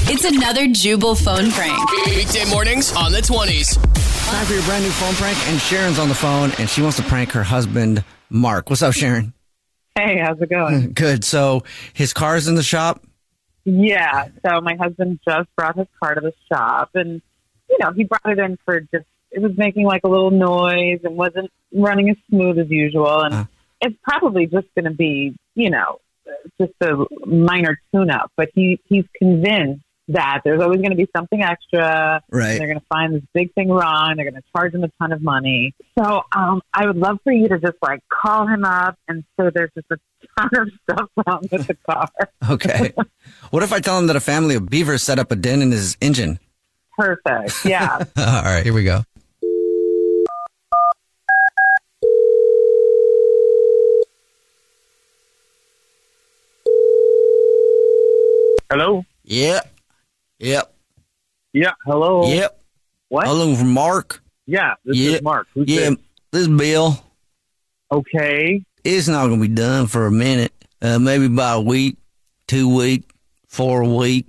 F: It's another Jubal phone prank.
B: Weekday mornings on the 20s.
C: Time for your brand new phone prank. And Sharon's on the phone, and she wants to prank her husband, Mark. What's up, Sharon?
P: Hey, how's it
C: Hmm.
P: going?
C: <laughs> Good. So his car's in the shop.
P: Yeah. So my husband just brought his car to the shop and you know, he brought it in for just it was making like a little noise and wasn't running as smooth as usual and it's probably just gonna be, you know, just a minor tune up, but he he's convinced that there's always going to be something extra.
C: Right.
P: and They're going to find this big thing wrong. They're going to charge him a ton of money. So um, I would love for you to just like call him up. And so there's just a ton of stuff wrong with the car.
C: Okay. what if I tell him that a family of beavers set up a den in his engine? <laughs>
D: <laughs>
P: Perfect. Yeah.
C: All right, here we go.
P: Hello?
C: Yep. Yep.
P: Yeah. Hello.
C: Yep.
P: What?
C: Hello from Mark.
P: Yeah. This
C: is
P: Mark.
C: yeah.
P: this?
C: This is Bill.
P: Okay.
C: It's not gonna be done for a minute. Uh, maybe by a week, two week, four week.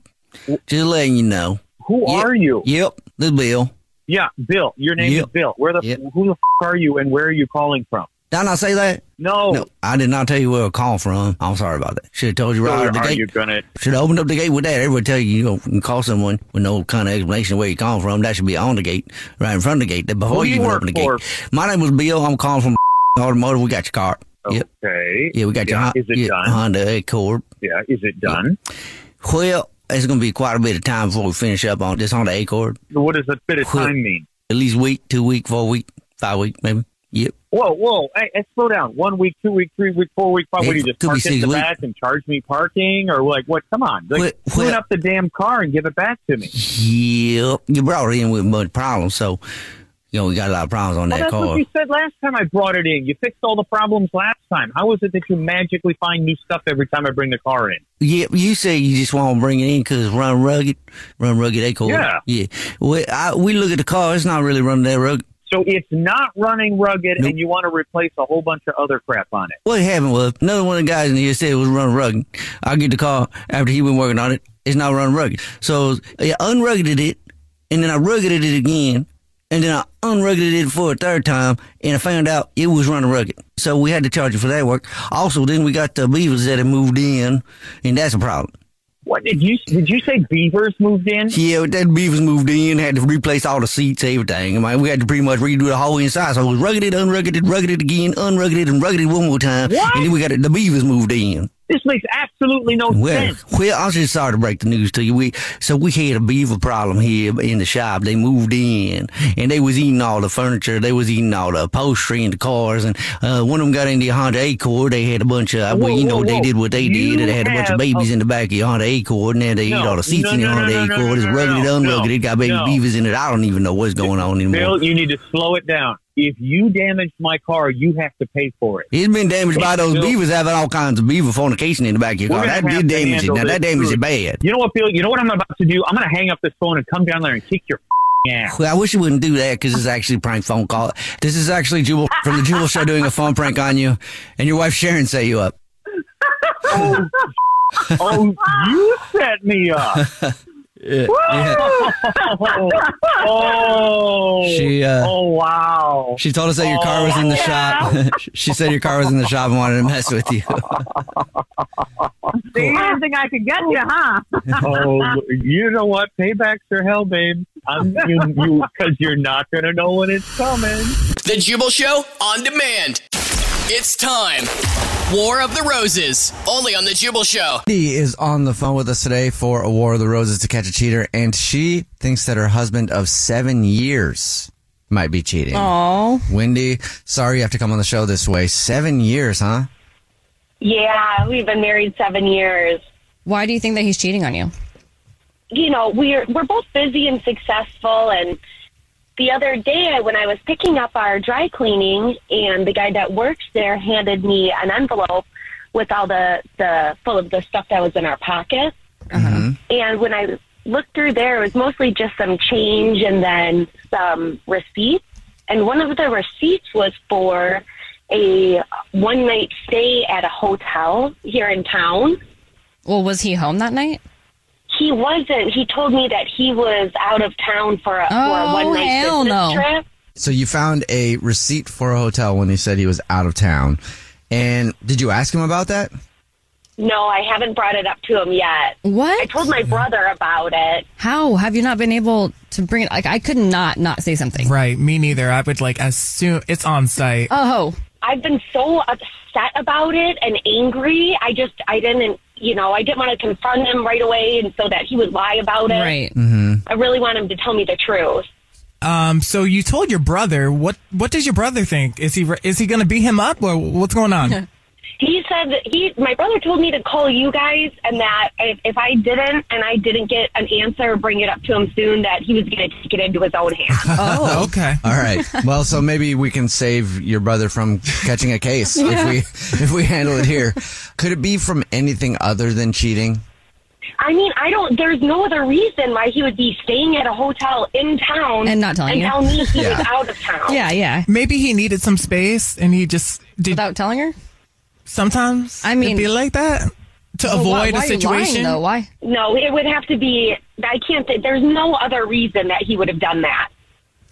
C: Just letting you know.
P: Who are you?
C: Yep. This is Bill.
P: Yeah, Bill. Your name
C: Yep.
P: is Bill. Where the who the f- are you, and where are you calling from?
C: Did I say that?
P: No.
C: No, I did not tell you where I called from. I'm sorry about that. Should have told you right out
P: Where
C: of the
P: are
C: gate.
P: you gonna?
C: Should have opened up the gate with that. Everybody tell you you know, can call someone with no kind of explanation of where you calling from. That should be on the gate, right in front of the gate, that before
P: Who do
C: you
P: you
C: even
P: work
C: open the
P: for?
C: gate. My name was Bill. I'm calling from <laughs> Automotive. We got your car. Yep.
P: Okay.
C: Yeah, we got your
P: Yeah,
C: Hon-
P: is it
C: yeah,
P: done?
C: Honda Accord.
P: Yeah, is it done?
C: Well, it's going to be quite a bit of time before we finish up on this Honda Accord.
P: What does a bit of time mean?
C: At least week, two week, four week, five week, maybe. Yep.
P: Whoa, whoa! Hey, hey, slow down. One week, two week, three week, four week, five. What do you
C: It
P: just
C: could be
P: park it in
C: six
P: the
C: weeks.
P: back and charge me parking, or like what? Come on, like, clean up the damn car and give it back to me.
C: Yep. You brought it in with a bunch of problems, so, you know, we got a lot of problems on
P: Well,
C: that
P: that's
C: car.
P: what you said last time I brought it in. You fixed all the problems last time. How is it that you magically find new stuff every time I bring the car in?
C: Yeah, you say you just want to bring it in because it's run rugged, run rugged. They call
P: Yeah.
C: it. Yeah, we I, we look at the car. It's not really running that rugged.
P: So it's not running rugged, and you want to replace a whole bunch of other crap on it.
C: What happened was another one of the guys in here said it was running rugged. I get the car after he been working on it. It's not running rugged. So I unruggeded it, and then I ruggeded it again, and then I unruggeded it for a third time, and I found out it was running rugged. So we had to charge it for that work. Also, then we got the beavers that had moved in, and that's a problem.
P: What did you did you say? Beavers moved in?
C: Yeah, that beavers moved in. Had to replace all the seats, everything. I mean, we had to pretty much redo the whole inside. So it was ruggeded, unruggeded, ruggeded again, unruggeded, and ruggeded one more time. And then we got it, the beavers moved in.
P: This makes absolutely no
Q: Well,
P: sense.
Q: well, I'm just sorry to break the news to you. We so we had a beaver problem here in the shop. They moved in and they was eating all the furniture. They was eating all the upholstery and the cars. And uh, one of them got into a Honda Accord. They had a bunch of well, you know, they did what they did. And they had a bunch of
P: have
Q: babies in the back of your Honda Accord. And then they eat all the seats in your Honda Accord. It's rugged, and unrugged. it got baby beavers in it. I don't even know what's going on anymore.
P: Bill, you need to slow it down. If you damage my car, you have to pay for it.
Q: He's been damaged by those
P: Bill,
Q: beavers having all kinds of beaver fornication in the back of your
P: we're
Q: car.
P: gonna
Q: That
P: have
Q: did
P: to
Q: damage it.
P: handle
Q: Now that
P: this
Q: damage it
P: soon.
Q: bad.
P: You know what, Bill? You know what I'm about to do? I'm going to hang up this phone and come down there and kick your <laughs>
Q: <laughs>
P: ass.
Q: Well, I wish you wouldn't do that because it's actually a prank phone call. This is actually Jubal from the Jubal Show doing a phone prank on you, and your wife Sharon set you up.
P: oh, oh, you set me
Q: <laughs>
P: up. <laughs>
Q: Yeah.
P: oh,
Q: She, uh,
P: oh, wow.
Q: She told us that your car
C: Oh,
Q: was in the shop. <laughs> she said your car was in the shop and wanted to mess with
C: <laughs>
Q: you.
P: See, I didn't think I could get you, huh? oh, you know what? Paybacks are hell, babe. I'm you because you, are not gonna know when it's coming.
B: The Jubal Show on demand. It's time. War of the Roses. Only on The Jubal Show. <laughs>
C: Dee is on the phone with us today for a War of the Roses to catch a cheater, and she thinks that her husband of seven years might be cheating.
R: Aw.
C: Wendy, sorry you have to come on the show this way. Seven years, huh?
R: Yeah, we've been married seven years.
E: Why do you think that he's cheating on you?
R: You know, we're we're both busy and successful. And the other day, when I was picking up our dry cleaning, and the guy that works there handed me an envelope with all the the full of the stuff that was in our pocket. And when I looked through there, it was mostly just some change and then some receipts. And one of the receipts was for a one night stay at a hotel here in town.
E: Well, was he home that night?
R: He wasn't. He told me that he was out of town for a, for a
E: Oh,
R: one night
E: hell
R: business
E: no.
R: trip.
C: So you found a receipt for a hotel when he said he was out of town. And did you ask him about that?
R: No, I haven't brought it up to him yet. What? I told my brother about it.
E: How have you not been able to bring it? Like, I could not not say something.
G: Right, me neither. I would like assume it's on site.
E: Oh.
R: I've been so upset about it and angry. I just, I didn't, you know, I didn't want to confront him right away and so that he would lie about it.
G: Right.
C: Mm-hmm.
G: Mhm.
R: I really want him to tell me the truth.
G: Um, so you told your brother. What What does your brother think? Is he re- Is he going to beat him up, or what's going
E: <laughs>
G: on?
R: <laughs> He said that he, my brother told me to call you guys and that if, if I didn't and I didn't get an answer or bring it up to him soon, that he was going to take it into his own hands.
G: <laughs>
E: Oh. <laughs>
G: okay.
C: Oh. All right. Well, so maybe we can save your brother from catching a case
R: Yeah.
C: if we if we handle it here. Could it be from anything other than cheating?
R: I mean, I don't. There's no other reason why he would be staying at a hotel in town and not
G: telling
R: and
G: you. <laughs>
R: tell me he
G: Yeah.
R: was out of town.
E: yeah.
G: Maybe he needed some space, and he just did without
E: telling her.
G: Sometimes
E: I
G: it'd
E: mean-
G: be like that to
E: Well, why-
G: avoid
E: why
G: a
E: are you lying,
G: situation.
E: though? Why?
R: No, it would have to be. I can't. Think, there's no other reason that he would have done that.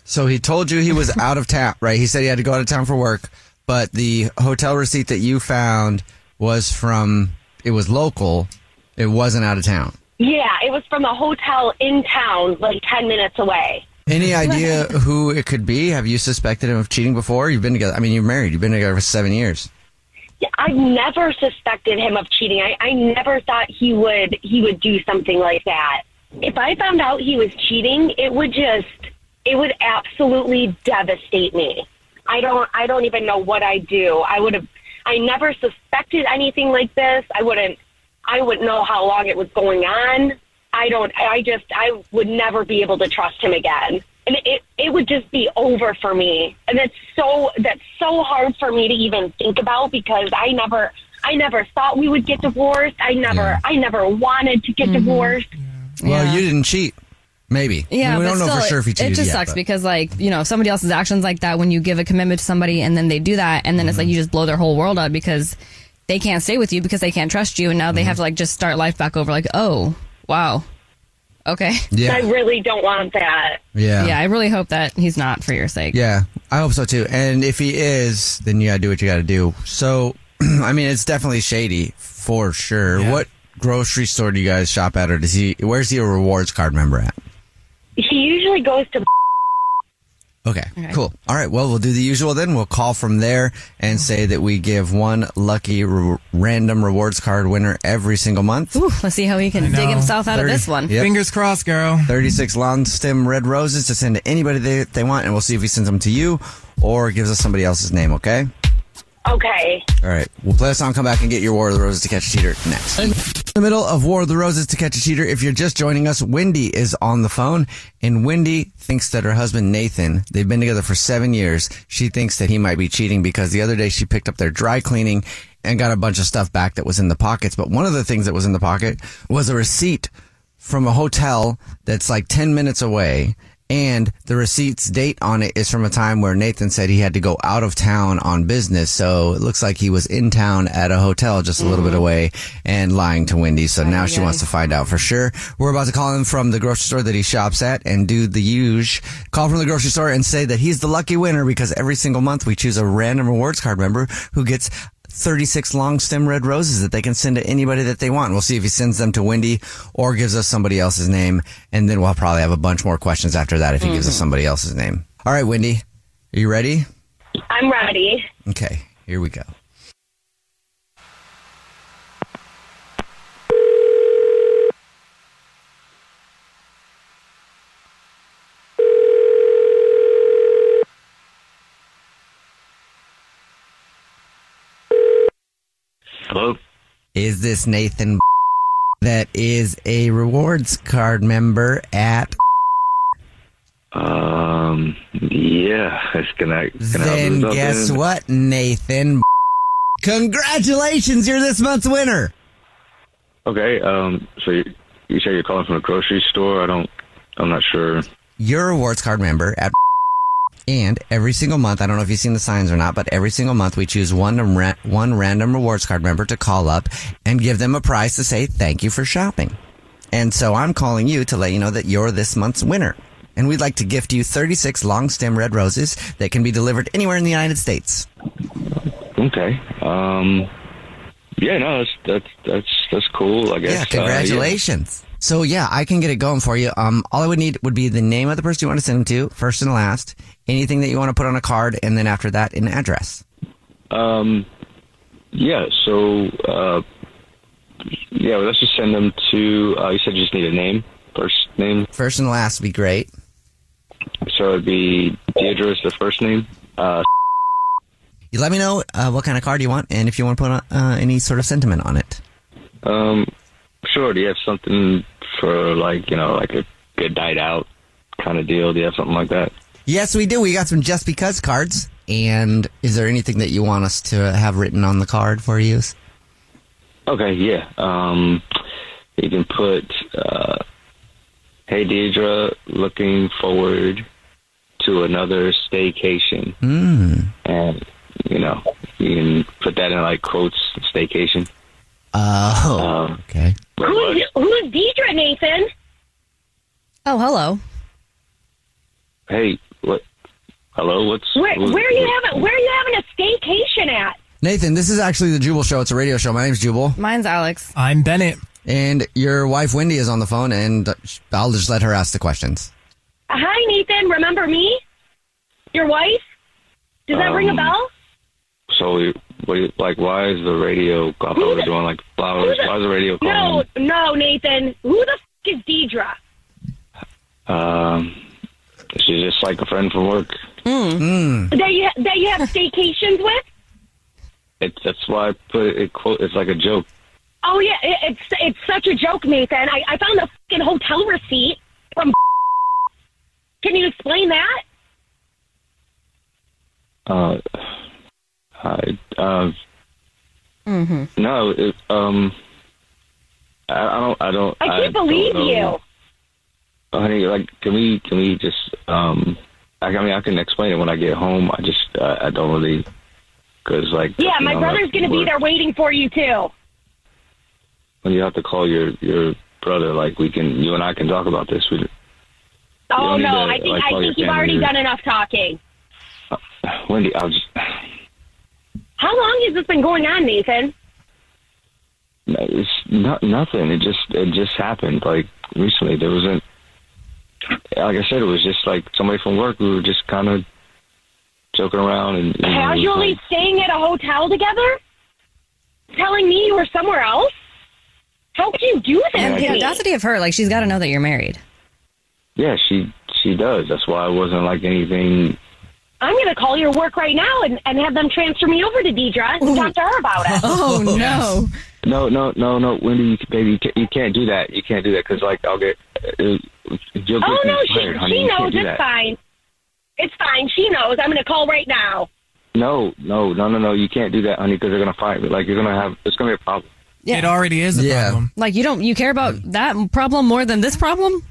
C: So he told you he
E: <laughs>
C: was out of town, right? He said he had to go out of town for work, but the hotel receipt that you found was from it was local. It wasn't out of town.
R: Yeah, it was from a hotel in town, like ten minutes away.
C: Any idea who it could be? Have you suspected him of cheating before? You've been together. I mean, you're married. You've been together for seven years.
R: Yeah, I've never suspected him of cheating. I, I never thought he would he would do something like that. If I found out he was cheating, it would just it would absolutely devastate me. I don't I don't even know what I do. I would have I never suspected anything like this. I wouldn't I wouldn't know how long it was going on. I don't I just I would never be able to trust him again. And it it would just be over for me. And that's so that's so hard for me to even think about because I never I never thought we would get divorced. I never I never wanted to get divorced.
C: Well, you didn't cheat. Maybe.
E: Yeah,
C: we
E: but
C: don't know
E: still,
C: for sure if he
E: it-
C: cheated.
E: It just
C: yet,
E: sucks
C: but-
E: because, like, you know, if somebody else's actions like that, when you give a commitment to somebody and then they do that, and then
C: Mm-hmm.
E: it's like you just blow their whole world up because they can't stay with you because they can't trust you, and now
C: Mm-hmm.
E: they have to like just start life back over. Like, oh, wow, okay,
C: Yeah.
R: I really don't want that.
C: Yeah.
E: yeah. I really hope that he's not for your sake.
C: Yeah, I hope so too. And if he is, then you gotta do what you gotta do. So, <clears throat> I mean, it's definitely shady for sure. What grocery store do you guys shop at, or does he? Where's he a rewards card member at?
R: He usually goes to
C: Okay,
E: Okay.
C: cool. All right, well, we'll do the usual then. We'll call from there and say that we give one lucky re- random rewards card winner every single month.
E: Ooh, let's see how he can dig himself out of this one.
C: Fingers crossed, girl. 36 long stem red roses to send to anybody they, they want, and we'll see if he sends them to you or gives us somebody else's name, okay?
R: Okay.
C: All right, we'll play a song, come back, and get your War of the Roses to Catch a Cheater next. In the middle of War of the Roses to Catch a Cheater, if you're just joining us, Wendy is on the phone, and Wendy thinks that her husband Nathan, they've been together for seven years, she thinks that he might be cheating because the other day she picked up their dry cleaning and got a bunch of stuff back that was in the pockets. But one of the things that was in the pocket was a receipt from a hotel that's like 10 minutes away. And the receipt's date on it is from a time where Nathan said he had to go out of town on business. So it looks like he was in town at a hotel just a little bit away and lying to Wendy. So now she wants to find out for sure. We're about to call him from the grocery store that he shops at and do the huge call from the grocery store and say that he's the lucky winner because every single month we choose a random rewards card member who gets 36 long stem red roses that they can send to anybody that they want. We'll see if he sends them to Wendy or gives us somebody else's name. And then we'll probably have a bunch more questions after that if he gives us
R: Mhm.
C: somebody else's name. All right, Wendy, are you ready?
R: I'm ready.
C: Okay, here we go.
S: Hello.
C: Is this Nathan that is a rewards card member at
S: Um. Yeah, it's gonna. It's gonna
C: Then
S: happen.
C: guess what, Nathan? Congratulations, you're this month's winner.
S: Okay. Um. So you, you say you're calling from a grocery store? I don't. I'm not sure.
C: You're a rewards card member at and every single month, I don't know if you've seen the signs or not, but every single month we choose one ra- one random rewards card member to call up and give them a prize to say thank you for shopping. And so I'm calling you to let you know that you're this month's winner. And we'd like to gift you 36 long stem red roses that can be delivered anywhere in the United States.
S: Okay. Um. Yeah. No. That's that's that's that's cool. I guess.
C: Yeah,
S: Uh,
C: congratulations. So yeah, I can get it going for you. Um, all I would need would be the name of the person you want to send them to, first and last, anything that you want to put on a card, and then after that, an address.
S: Um, yeah. So, uh, yeah. Well, let's just send them to. Uh, you said you just need a name, first name.
C: First and last would be great.
S: So it'd be Deirdre is the first name. Uh,
C: You let me know uh, what kind of card you want, and if you want to put uh, any sort of sentiment on it.
S: um, sure. Do you have something for like you know like a good night out kind of deal? Do you have something like that?
C: Yes, we do. We got some just because cards. And is there anything that you want us to have written on the card for use?
S: Okay. Yeah. Um, you can put. Uh, hey Deirdre, looking forward to another staycation.
C: Hmm.
S: and you know you can put that in like quotes staycation Um,
C: oh okay
S: Oh,
R: Who's, who's Deidre, Nathan?
E: Oh, hello.
S: hey what hello what's
R: Where,
S: who-
R: where are you
S: who-
R: having Where are you having a staycation at?
C: Nathan, this is actually the Jubal Show. It's a radio show. My name's Jubal.
E: Mine's Alex.
C: I'm Bennett. And your wife Wendy is on the phone, and I'll just let her ask the questions.
R: Hi, Nathan. Remember me? Your wife? Does that ring a
S: Um,
R: bell?
S: so we, what do you- like why is the radio i thought we were doing like flowers why is the radio
R: No,
S: calling
R: no, Nathan. Who the f- is Deidre?
S: um she's just like a friend from work
C: Hmm.
R: That you ha- that you have staycations with?
S: it's that's why i put it, it quote it's like a joke
R: Oh yeah, it, it's it's such a joke, Nathan. I, I found a fucking hotel receipt from. <laughs> Can you explain that?
S: uh i uh
E: Mm-hmm.
S: no it, um I, I don't i don't
R: I can't
S: don't
R: believe
S: know.
R: you.
S: Oh, honey, like, can we, can we just, um, I, I mean, I can explain it when I get home. I just, uh, I don't really, cause like,
R: Yeah,
S: you
R: my
S: know,
R: brother's
S: like,
R: gonna be
S: we're-
R: there waiting for you too.
S: When you have to call your your brother, like, we can, you and I can talk about this. We,
R: Oh
S: don't need
R: no,
S: to,
R: I think
S: like,
R: I
S: call your
R: think you've
S: family
R: already
S: or-
R: done enough talking.
S: Wendy, I'll just,
R: How long has this been going on, Nathan?
S: it's not nothing. It just, it just happened. Like recently, there wasn't. like I said, it was just like somebody from work. We were just kind of joking around and you know, it was
F: Casually staying at a hotel together? Telling me you were somewhere else? How could you do that
E: And
S: Yeah,
E: the
S: I did.
E: audacity of her, like she's got to know that you're married.
S: Yeah, she she does. That's why it wasn't like anything.
F: I'm going to call your work right now and, and have them transfer me over to Deidre and talk to her about it.
S: No, no, no, no, Wendy, you, baby, you can't, you can't do that. You can't do that because like I'll get uh, you'll get
F: Oh, no,
S: me
F: she,
S: fired, honey.
F: she
S: you
F: knows
S: can't do
F: it's
S: that.
F: fine. It's fine. She knows. I'm going to call right now.
S: No, no, no, no, no, you can't do that, honey, because they're gonna fire me. Like you're gonna have it's gonna be a problem.
E: It already is a problem. Like you don't you care about that problem more than this problem?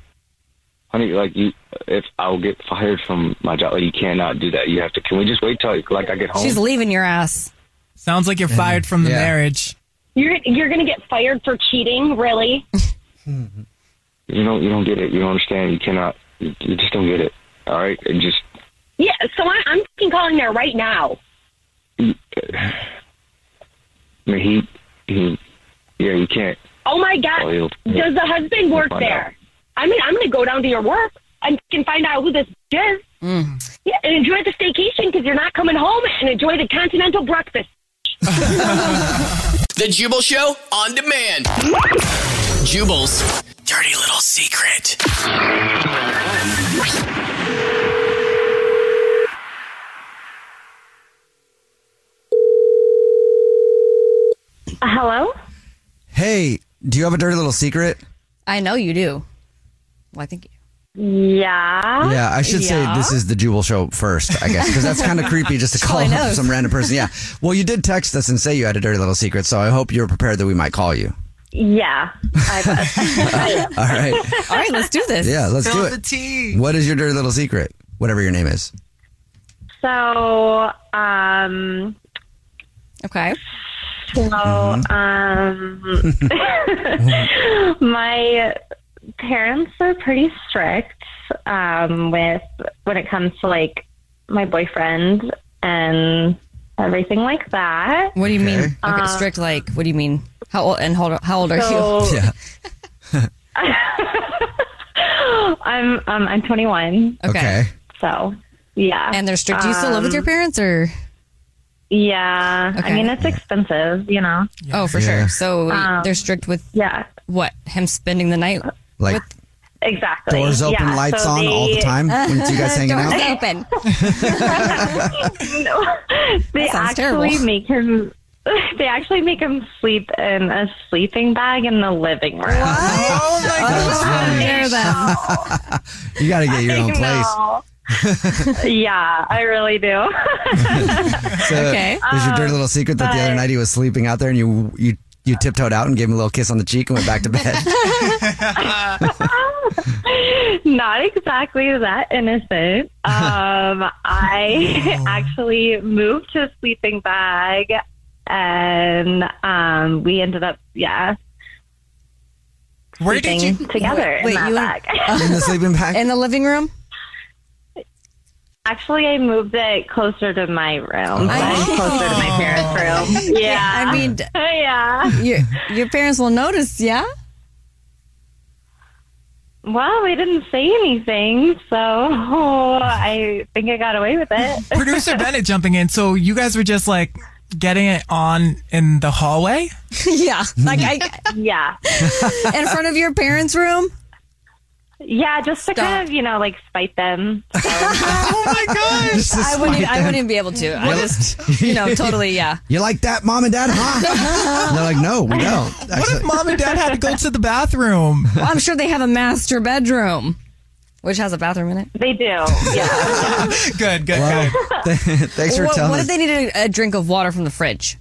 S: honey, like you, if I'll get fired from my job, like you cannot do that. You have to. Can we just wait till like I get home?
E: She's leaving your ass.
G: Sounds like you're fired from the marriage.
F: You're, you're going to get fired for cheating? Really?
S: you don't, you don't get it. You don't understand. You cannot. You, you just don't get it. All right, and just
F: Yeah, so I, I'm fucking calling there right now.
S: I mean, he, he, yeah, you can't.
F: Oh my
S: Oh,
F: god.
S: he'll-
F: Does the husband work
S: find
F: there? I mean, I'm gonna go down to your work and can find out who this bitch is. Yeah, and enjoy the staycation because you're not coming home and enjoy the continental breakfast.
B: The Jubal Show on demand. Jubal's dirty little secret.
F: Hello?
C: Hey, do you have a dirty little secret?
E: I know you do. Well, I think Uh,
F: Yeah.
C: yeah, I should say this is the Jubal Show first, I guess, because that's
E: <laughs>
C: kind of creepy just to
E: She
C: call
E: probably
C: up
E: knows.
C: some random person. Yeah. Well, you did text us and say you had a dirty little secret, so I hope you were prepared that we might call
E: <laughs>
C: you.
F: Yeah.
C: All right.
E: All right, let's do this.
C: Yeah, let's do it. What is your dirty little secret? Whatever your name is.
F: So, um.
E: Okay.
F: So, um. <laughs> my parents are pretty strict um, with when it comes to like my boyfriend and everything like that.
E: What do you mean? Okay,
F: Uh,
E: strict like what do you mean? How old and hold, how old are
F: So-
E: <laughs> you?
F: Yeah. I'm um, I'm 21.
E: Okay.
F: So, yeah. Um,
E: And they're strict. Do you still live with your parents or
F: Yeah.
E: Okay.
F: I mean, it's expensive, you know.
E: Oh, for
F: Yeah.
E: sure. So <laughs>
F: Um,
E: they're strict with
F: yeah.
E: What him spending the night?
C: Like
F: Exactly.
C: Doors open,
F: Yeah,
C: lights
F: so
C: on all the
F: they-
C: time when you
E: <laughs>
C: guys hanging
E: Doors
C: out.
E: open.
F: no, <laughs> they
E: sounds
F: actually
E: terrible.
F: make him. <laughs> They actually make him sleep in a sleeping bag in the living room. <laughs>
C: Oh my <laughs> You got to get your own place. <laughs>
F: yeah, I really do. <laughs>
E: <laughs>
F: Um,
C: So
F: Okay.
C: Is your dirty
E: Uh,
C: little secret that the other night he was sleeping out there and you you you tiptoed out and gave him a little kiss on the cheek and went back to
E: <laughs>
C: bed? <laughs>
F: <laughs> Not exactly that
E: <laughs>
F: innocent. Um, I actually moved to a sleeping bag, and um, we ended up, yeah.
E: Where did
F: sleeping
E: you-
F: together in
E: wait,
F: that
E: you-
F: bag?
C: in the sleeping bag?
E: <laughs> In the living room?
F: Actually, I moved it closer to my room, but closer to my parents' room. <laughs> Yeah,
E: I mean, d-
F: yeah.
E: Your your parents will notice, yeah.
F: Well, we didn't say anything, so <laughs> I think I got away with it.
G: Producer Bennett jumping in. So you guys were just like getting it on in the
E: <laughs>
G: hallway?
E: <laughs>
G: <laughs>
E: yeah. Like I
F: yeah.
E: <laughs> in front of your parents' room.
F: Yeah, just to kind of you know like spite them. oh
G: my
C: <laughs>
G: gosh!
E: I wouldn't. e- I wouldn't be able to. I just, you know,
C: <laughs>
E: totally. Yeah.
C: You like that, mom and dad, huh?
E: <laughs>
C: And they're like, no, we don't.
G: What if mom and dad had to go to the bathroom?
E: <laughs> Well, I'm sure they have a master bedroom, which has a bathroom in it.
F: They do. Yeah.
G: good, good,
C: good. <laughs> Thanks for
E: what,
C: telling
E: What if
C: us.
E: they needed a, a drink of water from the fridge?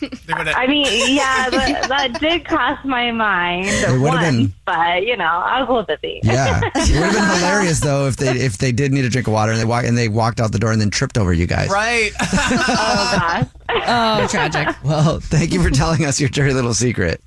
F: I mean, yeah, that,
E: <laughs>
F: that did cross my mind
C: It would've
F: once,
C: been-
F: but you know, I was a little busy.
C: Yeah, it would have
F: <laughs>
C: been hilarious though if they if they did need a drink of water and they walk and they walked out the door and then tripped over you guys.
G: Right.
F: oh
E: gosh. Oh, tragic.
C: Well, thank you for telling us your dirty little secret.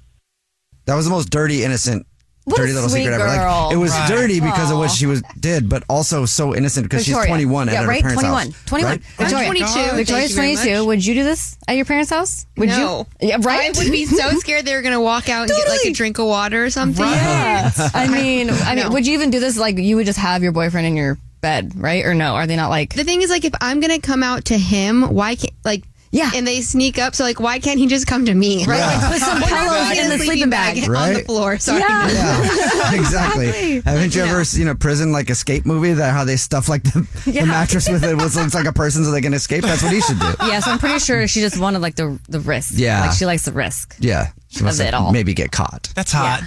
C: That was the most dirty, innocent
E: What a
C: dirty little
E: sweet
C: secret ever.
E: girl.
C: Like, it was
E: Right.
C: dirty because of what
E: Aw.
C: she was did, but also so innocent because she's
E: Victoria.
C: 21
E: yeah,
C: at
E: right?
C: her parents'
E: 21.
C: house.
E: 21.
C: Right?
E: Victoria.
H: I'm 22, Oh thank
E: Victoria's
H: you very
E: 22. Would you do this at your parents' house? Would
H: No.
E: you? Yeah, right?
H: I would be
E: <laughs>
H: so scared they were going to walk out and get like a drink of water or something.
E: <laughs> I mean, I mean,
H: No.
E: would you even do this? Like, you would just have your boyfriend in your bed, right? Or no? Are they not like?
H: The thing is, like, if I'm going to come out to him, why can't, like,
E: yeah.
H: And they sneak up, so, like, why can't he just come to me?
E: Right, like,
H: <laughs>
E: put some
H: Or
E: pillows
H: put
E: in
H: a
E: the sleeping bag.
H: on the
C: Right?
H: floor. Sorry.
E: Yeah.
H: <laughs>
E: <laughs>
C: Yeah, <laughs> exactly. Haven't you ever seen a prison like escape movie that how they stuff like the,
E: Yeah.
C: the mattress with it was looks like a person so they can escape? That's what he should
E: <laughs>
C: do.
E: Yeah, so I'm pretty sure she just wanted like the the risk.
C: Yeah.
E: like she likes the risk.
C: Yeah, she must
E: Of it
C: have
E: all.
C: maybe get caught.
G: That's hot.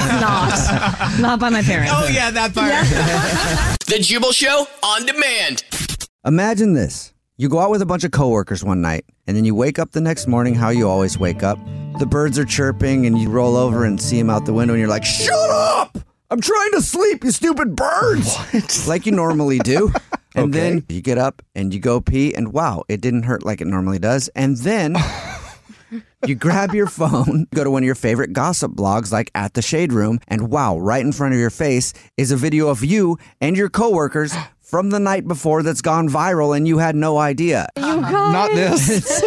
E: <laughs> not, not by my parents.
G: Oh yeah, that part.
B: The Jubal Show on demand.
C: Imagine this. You go out with a bunch of coworkers one night, and then you wake up the next morning how you always wake up. The birds are chirping, and you roll over and see them out the window, and you're like, Shut up! I'm trying to sleep, you stupid birds! <laughs> Like you normally do. And then you get up and you go pee, and wow, it didn't hurt like it normally does. And then you grab your phone, <laughs> go to one of your favorite gossip blogs like At the Shade Room, and wow, right in front of your face is a video of you and your coworkers <gasps> from the night before that's gone viral and you had no idea.
D: Not this.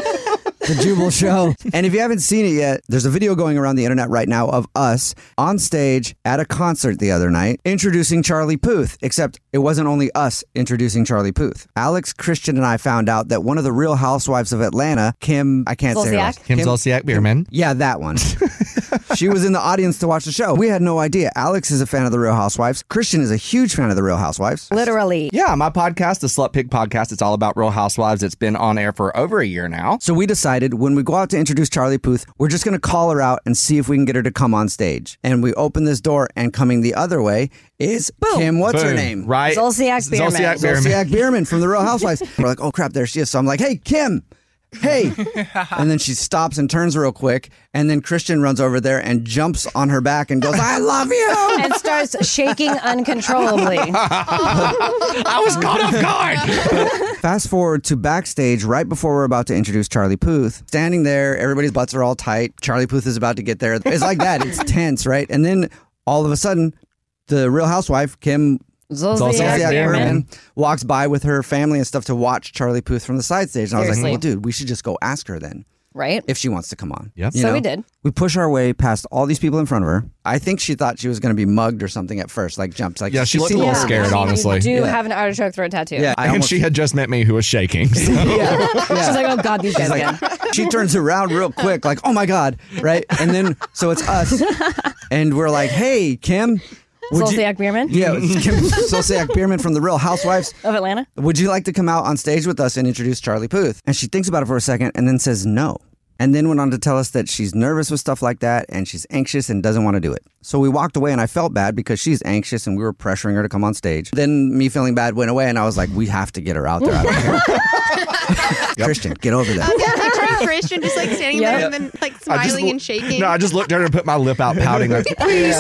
C: the
D: <laughs>
C: Jubal Show. And if you haven't seen it yet, there's a video going around the internet right now of us on stage at a concert the other night introducing Charlie Puth, except it wasn't only us introducing Charlie Puth. Alex, Christian, and I found out that one of the real housewives of Atlanta, Kim, I can't say her last-
D: Kim Zolciak Bierman.
C: yeah,
D: <laughs>
C: that one. she was in the audience to watch the show. We had no idea. Alex is a fan of The Real Housewives. Christian is a huge fan of The Real Housewives.
E: Literally.
D: Yeah, my podcast, the Slut Pig Podcast, it's all about Real Housewives. It's been on air
C: <laughs>
D: for oh, over a year now.
C: So we decided when we go out to introduce Charlie Puth, we're just going to call her out and see if we can get her to come on stage. And we open this door, and coming the other way is Kim, what's her
D: Boom.
C: name?
D: Right. Zolciak Bierman. Zolciak Bierman.
C: Zolciak Bierman from The
D: <laughs>
C: Real Housewives. we're like, oh crap, there she is. So I'm like, hey, Kim. Hey, and then she stops and turns real quick, and then Christian runs over there and jumps on her back and goes, "I love you."
E: and starts shaking uncontrollably.
D: I was caught off guard.
C: Fast forward to backstage right before we're about to introduce Charlie Puth. Standing there, everybody's butts are all tight. Charlie Puth is about to get there. It's like that. It's tense, right? And then all of a sudden, the real housewife, Kim
E: Zolciak
C: Zolciak
E: Berman.
C: Berman, walks by with her family and stuff to watch Charlie Puth from the side stage. And I was like,
E: Seriously.
C: well, dude, we should just go ask her then
E: right?
C: if she wants to come on.
E: Yep. So we did.
C: We push our way past all these people in front of her. I think she thought she was going to be mugged or something at first, like jumped. Like
D: Yeah, she looked a little scared, honestly.
E: You do
C: Yeah.
E: have an artichoke throat tattoo.
C: Yeah, I
D: and she had just met me, who was
C: <laughs>
D: shaking. so- <laughs>
E: She's like, oh god, these
C: She's
E: guys
C: like,
E: again.
C: she turns around real quick, like, oh my God, right? And then, so it's us. And we're like, hey, Kim. would you-
E: Zolciak Bierman?
C: Yeah, it's Kim Solsiak Bierman from The Real Housewives.
E: Of Atlanta?
C: Would you like to come out on stage with us and introduce Charlie Puth? And she thinks about it for a second and then says no. And then went on to tell us that she's nervous with stuff like that and she's anxious and doesn't want to do it. So we walked away and I felt bad because she's anxious and we were pressuring her to come on stage. Then me feeling bad went away and I was like, we have to get her out there. I don't
D: <laughs>
C: care. Christian, get over there.
H: I'm picturing Christian just like standing
E: Yep.
H: there and then
D: I
H: like
D: just
H: smiling
D: lo-
H: and shaking.
D: No, I just looked at her and put my lip out, pouting like,
H: Please.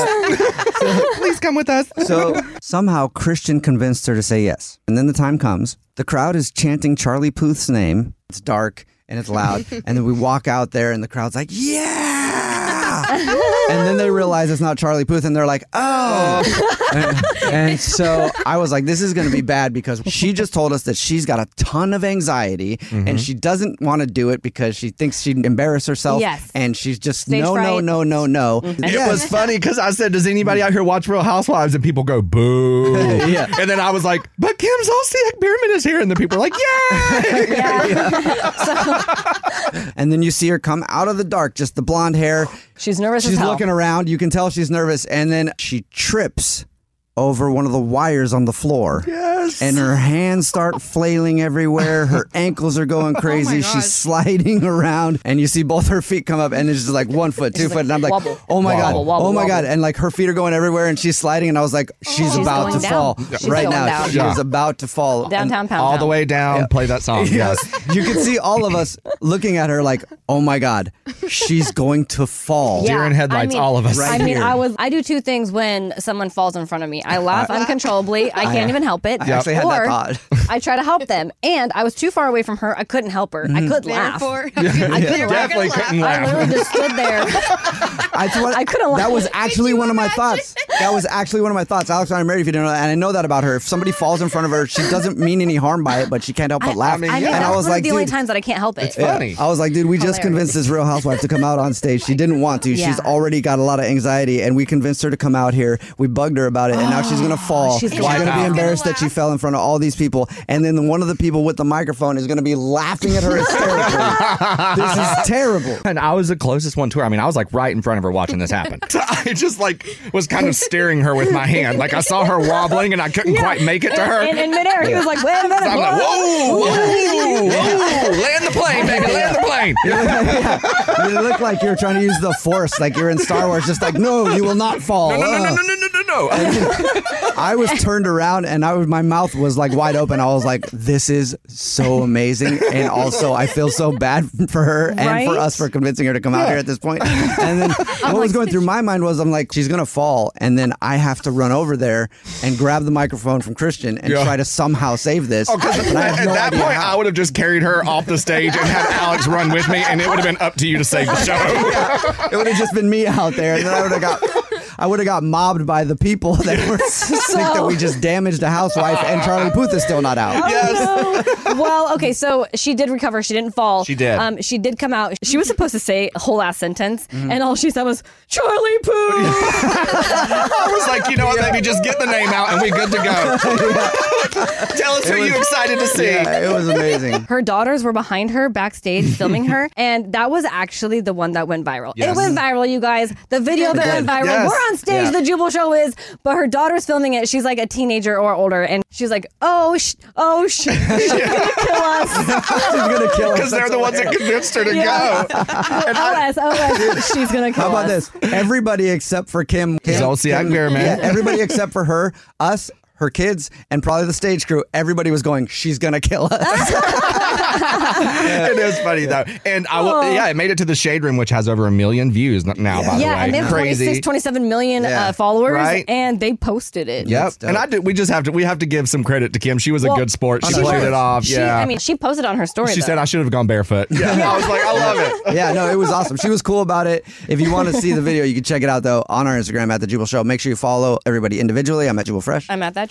D: Please come with us.
C: So somehow Christian convinced her to say yes. And then the time comes. The crowd is chanting Charlie Puth's name. It's dark and
D: <laughs>
C: it's loud. and then we walk out there and the crowd's like, yeah. and then they realize it's not Charlie Puth and they're like, oh.
D: <laughs>
C: and, and so I was like, this is going to be bad because she just told us that she's got a ton of anxiety and she doesn't want to do it because she thinks she'd embarrass herself.
D: Yes.
C: And she's just,
D: Stage
C: no, no,
D: fright. Mm-hmm.
C: no, no, no.
D: It was funny because I said, "Does anybody out here watch Real Housewives?" And people go, "Boo!"
C: <laughs> Yeah.
D: And then I was like, "But Kim Zolciak Bierman is here," <laughs> and the people are like, "Yay!" <laughs>
C: And then you see her come out of the dark, just the blonde hair.
E: <gasps> She's nervous
C: She's
E: as hell.
C: looking around. You can tell she's nervous. And then she trips over one of the wires on the
E: <laughs>
C: floor.
D: <laughs> Yes.
C: And her hands start flailing everywhere.
E: <laughs>
C: Her ankles are
E: Oh
C: going crazy. she's sliding around. And you see both her feet come up. And it's just like one foot, two
E: She's
C: foot.
E: like,
C: and I'm like,
E: wobble,
C: oh my
E: wobble,
C: God.
E: wobble,
C: oh my God.
E: wobble.
C: And like her feet are going everywhere. And she's sliding. And I was like, she's,
E: She's
C: about
E: going
C: to
E: down.
C: fall
E: She's
C: right
E: going
C: now.
E: down.
C: She
D: Yeah.
C: is about to fall.
E: Downtown pound.
D: All the
E: Town.
D: way down, play that
C: <laughs>
D: song. <laughs> Yes.
C: you could see all of us looking at her like, "Oh my God, she's going to fall!"
E: Yeah, I mean,
C: right
E: I mean,
C: here.
E: I was I do two things when someone falls in front of me. I laugh uncontrollably. I can't
C: I-
E: even help it.
C: I actually had that
E: or
C: thought.
E: I try to help them, and I was too far away from her. I couldn't help her. I
C: Mhm.
E: could laugh.
C: <laughs>
H: Therefore,
E: I couldn't
D: Definitely
E: laugh.
D: couldn't
E: I
D: laugh.
E: literally just stood there.
C: I, I couldn't. That was actually one of my thoughts. That was actually one of my thoughts. Alex, I'm married. If you didn't know, that, and I know that about her. If somebody falls in front of her, she doesn't mean any harm by it, but she can't help but laugh.
E: I, mean,
C: and
E: that's
C: I was
E: one
C: like,
E: of the only
C: dude,
E: times that I can't help it.
C: yeah. I was like, dude, we just convinced this Real Housewife to come out on stage. She didn't want to.
E: Yeah.
C: She's already got a lot of anxiety, and we convinced her to come out here. We bugged her about it, and now she's gonna fall.
E: Oh, she's
C: She's,
E: gonna
C: gonna,
E: laugh.
C: be embarrassed that she fell in front of all these people, and then the, one of the people with the microphone is gonna be laughing at
T: <laughs>
C: her hysterically. this is terrible.
T: And I was the closest one to her. I mean, I was like right in front of her watching this happen.
D: <laughs> I just like was kind of steering her with my hand. Like I saw her wobbling and I couldn't
E: Yeah.
D: quite make it to
E: And-
D: her.
E: and in midair, he was like, wait a minute,
D: So I'm like,
E: whoa. <laughs>
D: whoa, whoa,
E: Yeah.
D: whoa, land the plane, baby, land the plane.
C: You look, like, you look like you're trying to use the force, like you're in Star Wars. Just like, no, you will not fall.
D: No, no, no, no, no, no, no, no, no.
C: I was turned around and I was my mouth was like wide open. I was like, "This is so amazing," and also I feel so bad for her and for
U: Right?
C: us for convincing her to come out
U: Yeah.
C: here at this point. And then what was going through my mind was, I'm like, "She's gonna fall," and then I have to run over there and grab the microphone from Christian and
D: Yeah.
C: try to somehow save this.
D: Oh, 'cause
C: And I
D: at,
C: have no
D: that
C: idea
D: point,
C: how.
D: I would have just carried her off the stage and had Alex run with me, and it would have been up to you to save the show.
C: it would have just been me out there, and then I would have got. I would have got mobbed by the people that were <laughs> think that we just damaged a housewife, and Charlie Puth is still not out.
E: no. Oh, <laughs> well, okay, so she did recover. She didn't fall.
C: She did.
E: Um, she did come out. She was supposed to say a whole last sentence,
C: Mm-hmm.
D: Mhm.
E: and all she said was, Charlie
C: <laughs>
E: Pooh.
D: I was like, you know what, baby, just get the name out and we good to go. <laughs> Tell us
C: It
D: who you
C: was-
D: excited to see.
C: Yeah, it was amazing.
E: <laughs> Her daughters were behind her
D: <laughs>
E: backstage filming her, and that was actually the one that went viral. It
F: Yes.
E: went viral, you guys. The video
F: It
E: that
F: did.
E: went viral.
F: Yes.
E: We're on stage,
F: Yeah.
E: the Jubal Show is, but her daughter's filming it. She's like a teenager or older, and she's like, oh, sh-
D: <laughs>
E: oh, sh- she's gonna kill
C: <laughs>
E: us. Oh,
D: Because they're the ones that convinced her to
E: Yeah. <laughs>
D: go. <laughs>
E: OS, OS, <laughs> she's gonna kill
C: How about
E: us.
C: this? Everybody except for Kim. Kim
D: all see
C: Kim-
D: Aguirre, man.
C: Yeah, everybody except for her, us, her kids, and probably the stage crew. Everybody was going, she's going to kill us.
D: <laughs> it is funny though, and I will.
E: Oh.
D: Yeah, it made it to the shade room, which has over a million views n- now. Oh, By the way,
E: yeah, and they have 26, 27 million
D: Yeah.
E: uh, followers,
D: Right?
E: and they posted it.
D: Yep, and I do, we just have to we have to give some credit to Kim. She was
E: Well,
D: a good sport. She, played
E: was.
D: it off.
E: She-
D: yeah,
E: I mean, she posted on her story.
D: she said I should have gone
E: <laughs>
D: barefoot. Yeah, I was like, I love it.
C: yeah, no, it was awesome. She was cool about it. If you want to see the video, you can check it out though on our Instagram at the Jubal Show. Make sure you follow everybody individually. I'm at Jubal Fresh.
E: I'm at that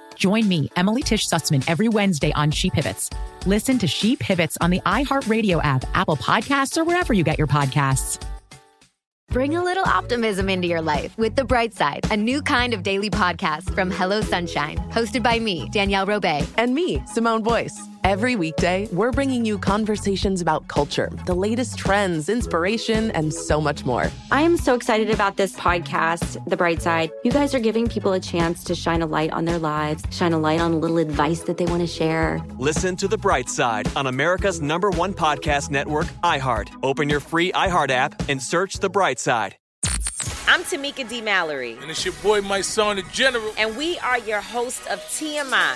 V: Join me, Emily Tish Sussman, every Wednesday on She Pivots. Listen to She Pivots on the iHeartRadio app, Apple Podcasts, or wherever you get your podcasts.
W: Bring a little optimism into your life with The Bright Side, a new kind of daily podcast from Hello Sunshine, hosted by me, Danielle Robay.
X: And me, Simone Boyce. Every weekday, we're bringing you conversations about culture, the latest trends, inspiration, and so much more.
K: I am so excited about this podcast, The Bright Side. You guys are giving people a chance to shine a light on their lives, shine a light on a little advice that they want to share.
A: Listen to The Bright Side on America's number one podcast network, iHeart. Open your free iHeart app and search The Bright Side.
Y: I'm Tamika D. Mallory. And it's your boy, my son, the General. And we are your host of TMI.